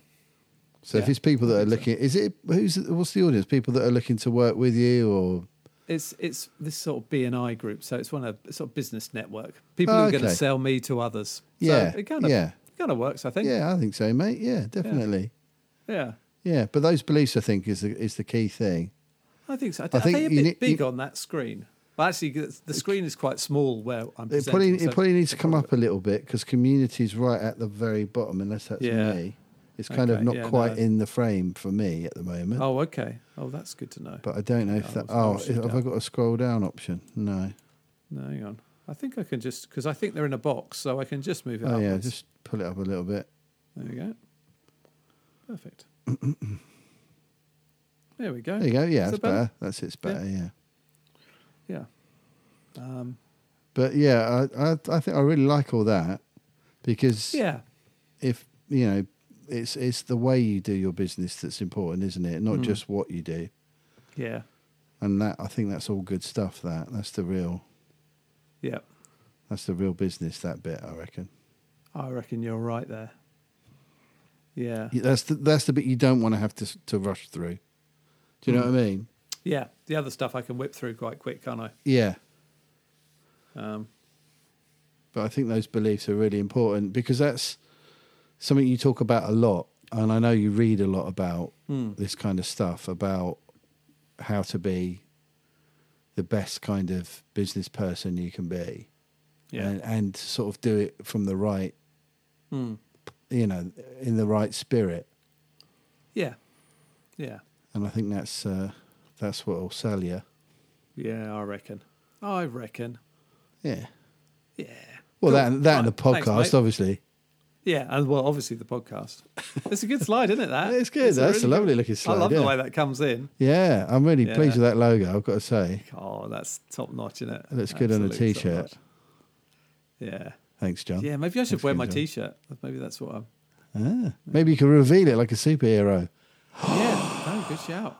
So if
Yeah,
it's people that are looking, is it who's what's the audience? People that are looking to work with you or
It's it's this sort of BNI group, so it's one of it's sort of business network. People
Oh,
who are going to
okay.
sell me to others.
Yeah,
So it kind of
yeah.
it kind of works, I think.
yeah, I think so, mate. Yeah, definitely.
Yeah.
Yeah, but those beliefs I think is the, is the key thing.
I think so. Are
I
they
think
a
you
bit
need-
big
you-
on that screen? Well, actually, the the screen is quite small where I'm
It
presenting.
probably it
so-
probably needs to come up a little bit because community is right at the very bottom. Unless that's
Yeah.
me, it's kind of
Okay,
not
yeah,
quite
no.
in the frame for me at the moment.
Oh, okay. Oh, that's good to know.
But I don't know if
Oh,
that.
it's
Oh,
not shut
have I
down.
got a scroll down option? No.
no, hang on. I think I can just because I think they're in a box, so I can just move it.
Oh yeah,
upwards.
just pull it up a little bit.
there we go.
(clears throat)
Perfect. there we go.
There you go. Yeah, that's
Is that better?
better. That's it's better. Yeah.
Yeah. Um,
But yeah, I, I I think I really like all that because
yeah.
if you know, it's it's the way you do your business that's important, isn't it? Not just what you do.
Yeah.
And that I think that's all good stuff. That that's the real
Yeah.
that's the real business. That bit I reckon.
I reckon you're right there. Yeah.
Yeah, That's the that's the bit you don't want to have to s- to rush through. Do you know what I mean?
Yeah. The other stuff I can whip through quite quick, can't I?
Yeah.
Um,
but I think those beliefs are really important because that's something you talk about a lot, and I know you read a lot about
Hmm.
this kind of stuff about how to be the best kind of business person you can be,
yeah.
and, and sort of do it from the right,
Hmm.
you know, in the right spirit.
Yeah. Yeah.
And I think that's uh, that's what will sell you.
Yeah, I reckon. I reckon.
Yeah.
Yeah.
Well,
Cool.
that that and the
Right.
podcast,
Thanks, mate.
obviously.
Yeah, and well, obviously the podcast. It's a good slide, isn't it? That
It's good. That's a
good-
lovely looking slide,
I love
yeah.
the way that comes in.
Yeah, I'm really pleased with
Yeah.
that logo. I've got to say,
Oh, that's top notch, isn't it?
It looks good on a
Absolute top
t-shirt.
notch. Yeah.
thanks, John.
Yeah, maybe I should
Looks
wear
good,
my
John.
t-shirt. Maybe that's what I'm. (gasps)
Ah, maybe you could reveal it like a superhero.
Yeah. No, good shout.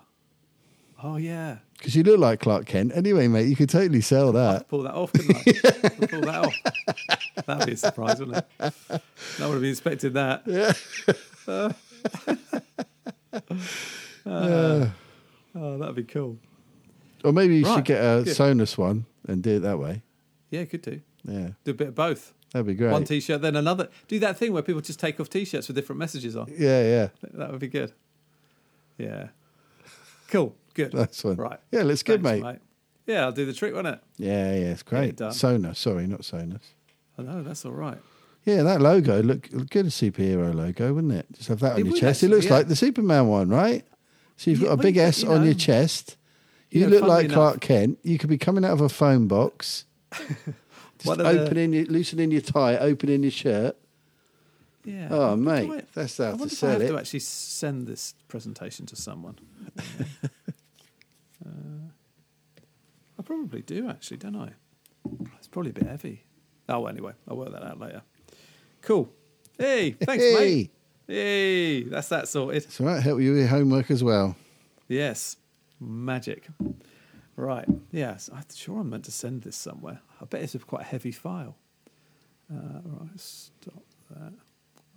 Oh yeah,
Because you look like Clark Kent. Anyway, mate, you could totally sell that.
pull that
(laughs)
off, couldn't I? pull that off. That'd be a
(laughs)
surprise, wouldn't it? No one would have expected that. (laughs) Uh, Yeah. oh, that'd be cool.
Or maybe you
Right,
should get a
good.
Sonus one and do it that way.
Yeah, could do.
Yeah,
Do a bit of both.
that'd be great.
One t-shirt, then another. Do that thing where people just take off t-shirts with different messages on.
yeah, yeah. (laughs)
That would be good. Yeah. Cool. Good.
That's one.
Right.
Yeah, looks good,
Thanks,
mate.
Yeah, I'll do the trick, won't it?
Yeah, yeah, it's great.
done.
Sonus, sorry, not Sonus.
I know, that's all right.
Yeah, that logo look look good a superhero logo, wouldn't it? Just have that on
It
your
would
chest.
actually,
it looks
yeah.
like the Superman one, right? So you've
Yeah,
got a
well,
big
you-
S
you
on your
know,
chest. You,
know,
look
funnily
like
enough-
Clark Kent. You could be coming out of a phone
(laughs)
box, just
One of the-
opening, your, loosening your tie, opening your shirt.
Yeah.
Oh,
Do
mate,
I-
that's how
I
to
wonder if I
sell
have to
it.
actually send this presentation to someone. (laughs) Uh, I probably do actually, don't I? It's probably a bit heavy. Oh, anyway, I'll work that out later. Cool. Hey, thanks, mate. Hey, that's that sorted.
So that help you with your homework as well.
Yes, magic. Right. Yes, I'm sure I'm meant to send this somewhere. I bet it's a quite heavy file. Uh, right. Stop that.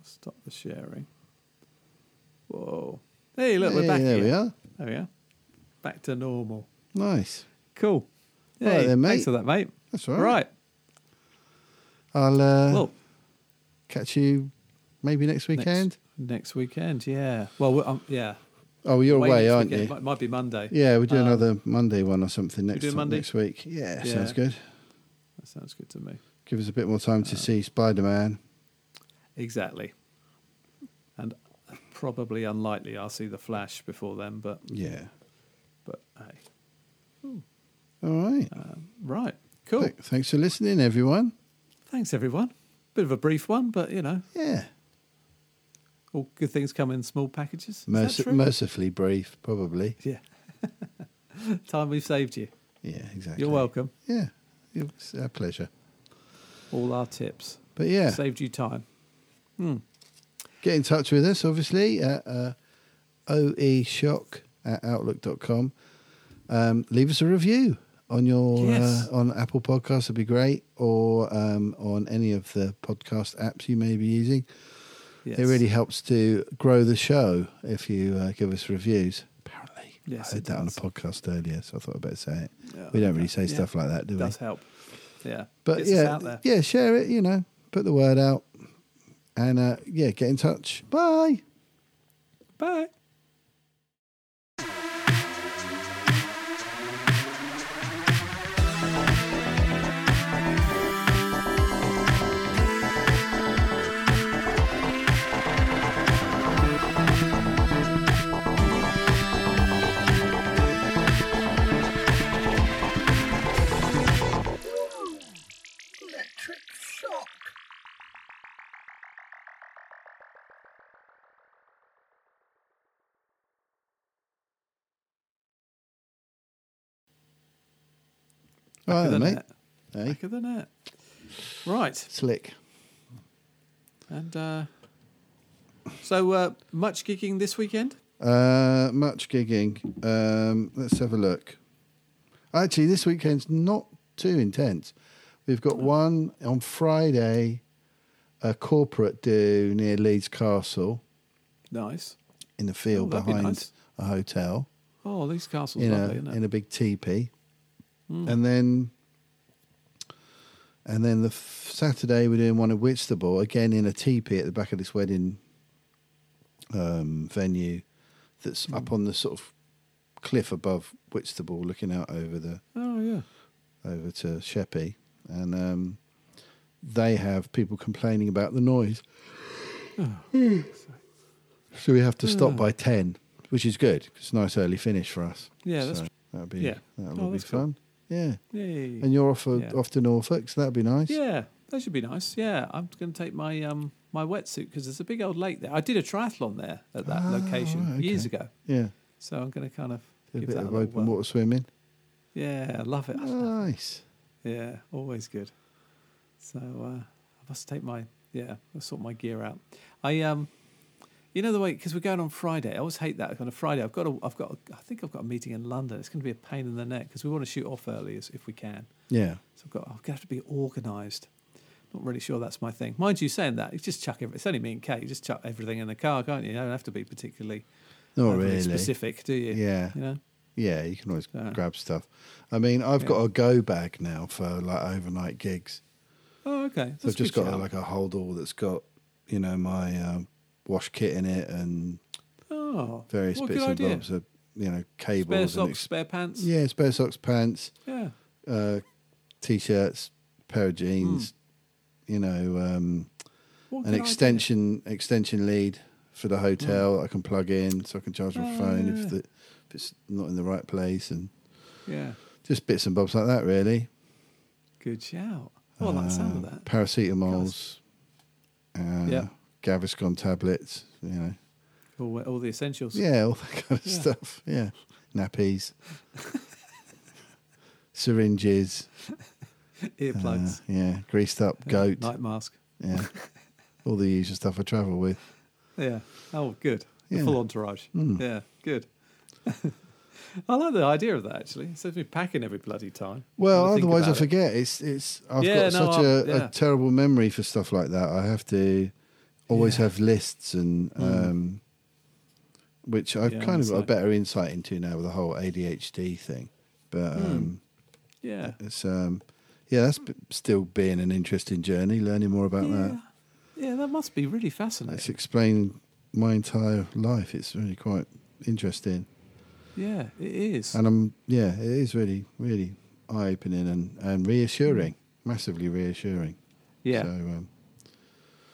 Stop the sharing. Whoa. Hey, look, we're
Hey,
back.
there
here.
we are.
There we are. Back to normal.
Nice.
Cool.
All right
Hey,
then, mate.
Thanks for that, mate.
That's all
Right.
right. I'll uh,
Well,
catch you maybe next
next,
weekend.
next weekend. Yeah. Well, we're, um, yeah.
Oh, you're
Away
away,
next
aren't
weekend.
you?
Might, might be Monday.
Yeah, we do
Um,
another Monday one or something next
doing
time-
Monday?
next week. Yeah,
Yeah.
sounds good.
That sounds good to me.
Give us a bit more time to see Spider Man.
Exactly. And probably unlikely I'll see the Flash before then, but
Yeah.
but hey.
All right.
Right. Cool.
Th- thanks for listening, everyone.
Thanks everyone. Bit of a brief one, but you know,
Yeah.
all good things come in small packages. Is that
Merci-
true?
mercifully brief, probably.
yeah. (laughs) Time we've saved you.
Yeah, exactly.
You're welcome.
Yeah. It's our pleasure.
All our tips.
But yeah,
Saved you time.
get in touch with us, obviously, at uh, oeshock at outlook.com. Um, leave us a review on your
Yes.
uh, on Apple Podcasts, would be great, or um, on any of the podcast apps you may be using.
Yes.
It really helps to grow the show if you uh, give us reviews. Apparently,
Yes,
I heard
it
that on a
does.
podcast earlier, so I thought I'd better say it.
Yeah,
we don't really
that-
say
yeah.
stuff like that, do we?
does help. Yeah.
But
Gets us
yeah,
out there.
yeah, share it. You know, put the word out, and uh, yeah, get in touch. Bye.
Bye.
Electric shock.
All
Back
right,
of the
mate.
net.
Hey,
Back of the net. Right.
slick.
And uh, so uh, much gigging this weekend?
Uh, much gigging. Um, let's have a look. Actually, this weekend's not too intense. We've got one on Friday, a corporate do near Leeds Castle
Nice.
in the field
Oh, that'd be
behind
nice.
a hotel
Oh, these castles
in
lovely,
a
isn't
in
it?
a big teepee, and then and then the f- Saturday we're doing one at Whitstable again in a teepee at the back of this wedding um, venue
Hmm.
that's up on the sort of cliff above Whitstable, looking out over the
oh yeah.
over to Sheppey, and um, they have people complaining about the noise.
Oh.
so we have to stop by ten, which is good. 'cause It's a nice early finish for us.
Yeah, that's
So
tr-
that'll be
yeah.
that'll
Oh,
be
that's cool.
fun. Yeah,
Yay.
and you're off for,
Yeah.
off to Norfolk, so that'll be nice.
yeah, that should be nice. Yeah, I'm going to take my um my wetsuit because there's a big old lake there. I did a triathlon there at that
Ah,
location
right,
years
okay.
ago,
yeah.
so I'm going to kind of
Do a
give
bit
that
of
a little
open
whirl.
water Ah. swimming.
Yeah, I love it. I love
Nice.
Yeah, always good. So uh, I must take my yeah, I'll sort my gear out. I um, You know the way because we're going on Friday. I always hate that on a Friday. I've got a, I've got, a, I think I've got a meeting in London. It's going to be a pain in the neck because we want to shoot off early as, if we can.
Yeah.
So I've got, I'm going to have to be organised. Not really sure that's my thing. Mind you, saying that, you just chuck everything. It's only me and Kate. You just chuck everything in the car, can't you? You don't have to be particularly
Not
overly
really.
specific, do you?
Yeah.
You know?
Yeah, you can always
Uh,
grab stuff. I mean, I've got a go bag now for like overnight gigs.
Oh, okay.
So
That's
I've just
good
got
shout.
like a hold all that's got, you know, my um, wash kit in it and
oh,
various
what a
bits
good
and
idea.
bobs of, you know,
Spare
cables
socks,
and ex-
spare pants.
yeah, spare socks, pants,
Yeah.
uh, t-shirts, pair of jeans, you know, um,
Hmm. What
an
a good idea.
extension extension lead for the hotel. that I can plug in so I can charge my
Oh,
phone
Hmm. yeah.
if the if it's not in the right place and
Yeah.
just bits and bobs like that, really.
Good shout. Oh, I like the sound of
Uh,
that.
Paracetamols, uh,
Yeah.
Gaviscon tablets, you know.
All, all the essentials.
Yeah, all that kind of
Yeah.
stuff. Yeah.
(laughs)
Nappies, syringes,
Earplugs.
uh, yeah, greased up goat,
Night mask. (laughs)
yeah. all the usual stuff I travel with.
Yeah. Oh, good. The
Yeah. Hmm.
full entourage. Yeah. Good. (laughs) I like the idea of that actually. Instead of me packing every bloody time.
Well,
Gotta think
otherwise I
about it.
forget. It's it's I've
Yeah,
got
no,
such a,
I- yeah.
a terrible memory for stuff like that. I have to always have lists and um, which I've
Hmm. Yeah,
kind of got a
insight.
better insight into now with the whole ADHD thing. But
Hmm.
um,
Yeah.
it's um, yeah, that's b- still been an interesting journey. Learning more about
Yeah.
that.
yeah, that must be really
It's
fascinating.
explained my entire life. It's really quite interesting,
Yeah, it is.
and I'm yeah, it is really really eye opening and and reassuring, massively reassuring.
yeah,
So, um,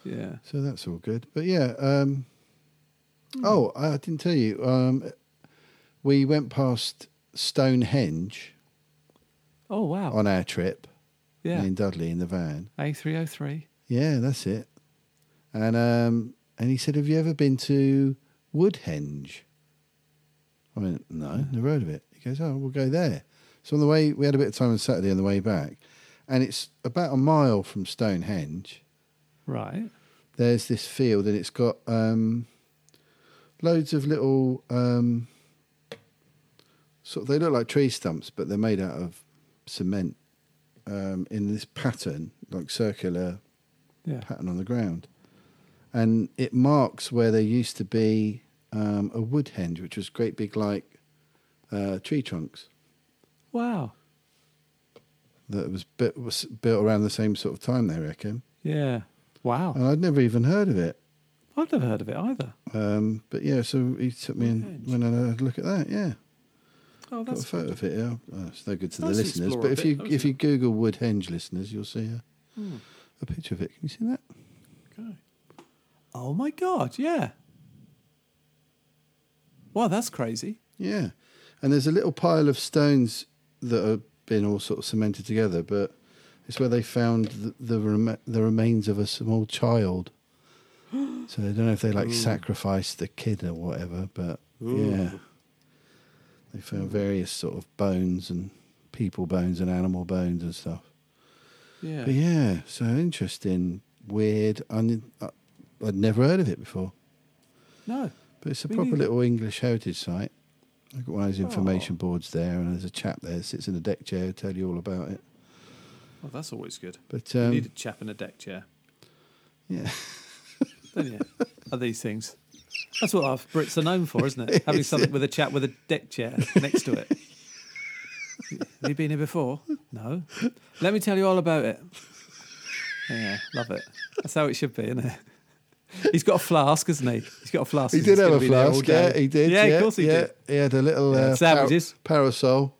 yeah.
so that's all good. But yeah. Um, Oh, I didn't tell you. Um, we went past Stonehenge
Oh wow.
on our trip.
yeah.
Me and Dudley in the van.
A three oh three.
Yeah, that's it. And um, and he said, "Have you ever been to Woodhenge?" I went, "No, never heard of it." He goes, "Oh, we'll go there." So on the way, we had a bit of time on Saturday on the way back, and it's about a mile from Stonehenge.
Right.
there's this field and it's got um, loads of little um, sort of they look like tree stumps but they're made out of cement um, in this pattern like circular
Yeah.
pattern on the ground and it marks where there used to be um, a wood henge which was great big like uh, tree trunks
Wow.
that was, bu- was built around the same sort of time they reckon
Yeah. Wow.
and I'd never even heard of it
I've never heard of it either.
Um, but yeah, so he took me and
Revenge.
went and had a look at that. Yeah,
Oh,
got a
that's
photo of it. Yeah, Oh, it's no good to the
Nice to
listeners,
explore
but
a
if
bit,
you
though,
if
isn't Hmm.
you Google Woodhenge listeners, you'll see a, a picture of it. Can you see that?
Okay. Oh my god, yeah. Wow, that's crazy.
Yeah, and there's a little pile of stones that have been all sort of cemented together, but it's where they found the the, rem- the remains of a small child. So I don't know if they like sacrificed the kid or whatever, but yeah, they found various sort of bones and people bones and animal bones and stuff.
Yeah.
But yeah, so interesting, weird. Un- uh, I'd never heard of it before.
No.
But it's a
Me
proper
neither.
little English heritage site. I've got one of
Oh.
those information boards there, and there's a chap there that sits in a deck chair who'll tell you all about it.
Well, that's always good.
But
you
um,
need a chap in a deck chair,
yeah,
(laughs) don't you? Are these things? That's what our Brits are known for,
(laughs)
isn't it? Having something with a chap with a deck chair next to it. Have you been here before? No. Let me tell you all about it. Yeah, love it. That's how it should be, isn't it? He's got a flask, hasn't he? He's got a flask.
he
He's
did have
gonna
a
be there all
flask. Yeah,
day.
he did.
Yeah,
yeah
of course he
yeah.
did.
He had a little uh,
Yeah, sandwiches.
par-
(laughs)
parasol.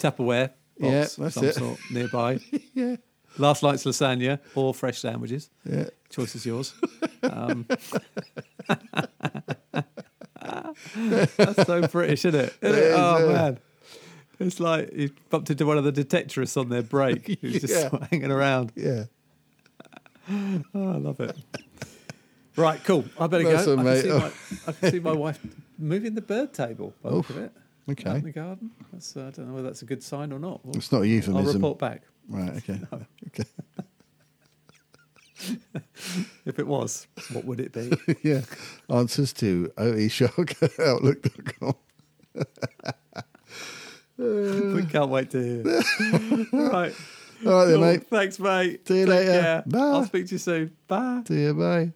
Tupperware box
Yeah,
of
that's
some
it.
sort nearby.
Yeah,
Last night's lasagna or fresh sandwiches.
yeah.
Choice is yours. Um, (laughs) that's so British, isn't it? Isn't it?
It is,
Oh
yeah.
man. It's like he bumped into one of the detectorists on
(laughs)
their break who's just
Yeah.
hanging around.
Yeah,
Oh, I love it. Right, cool. I better
Nice
go.
one,
I,
mate.
can see
Oh.
my, I can see my wife moving the bird table by the look of it. Out
okay.
in the garden. That's, uh, I don't know whether that's a good sign or not. We'll-
It's not a
I'll (laughs)
euphemism,
report back.
right? Okay, okay.
If it was, what would
(laughs)
it be?
(laughs) yeah. Answers to (laughs) oeshark.outlook.com.
we can't wait to hear. right.
(laughs) All right then,
Cool.
mate.
Thanks, mate.
See you
Take
later.
care.
Bye.
I'll speak to you soon. Bye.
See you. Bye.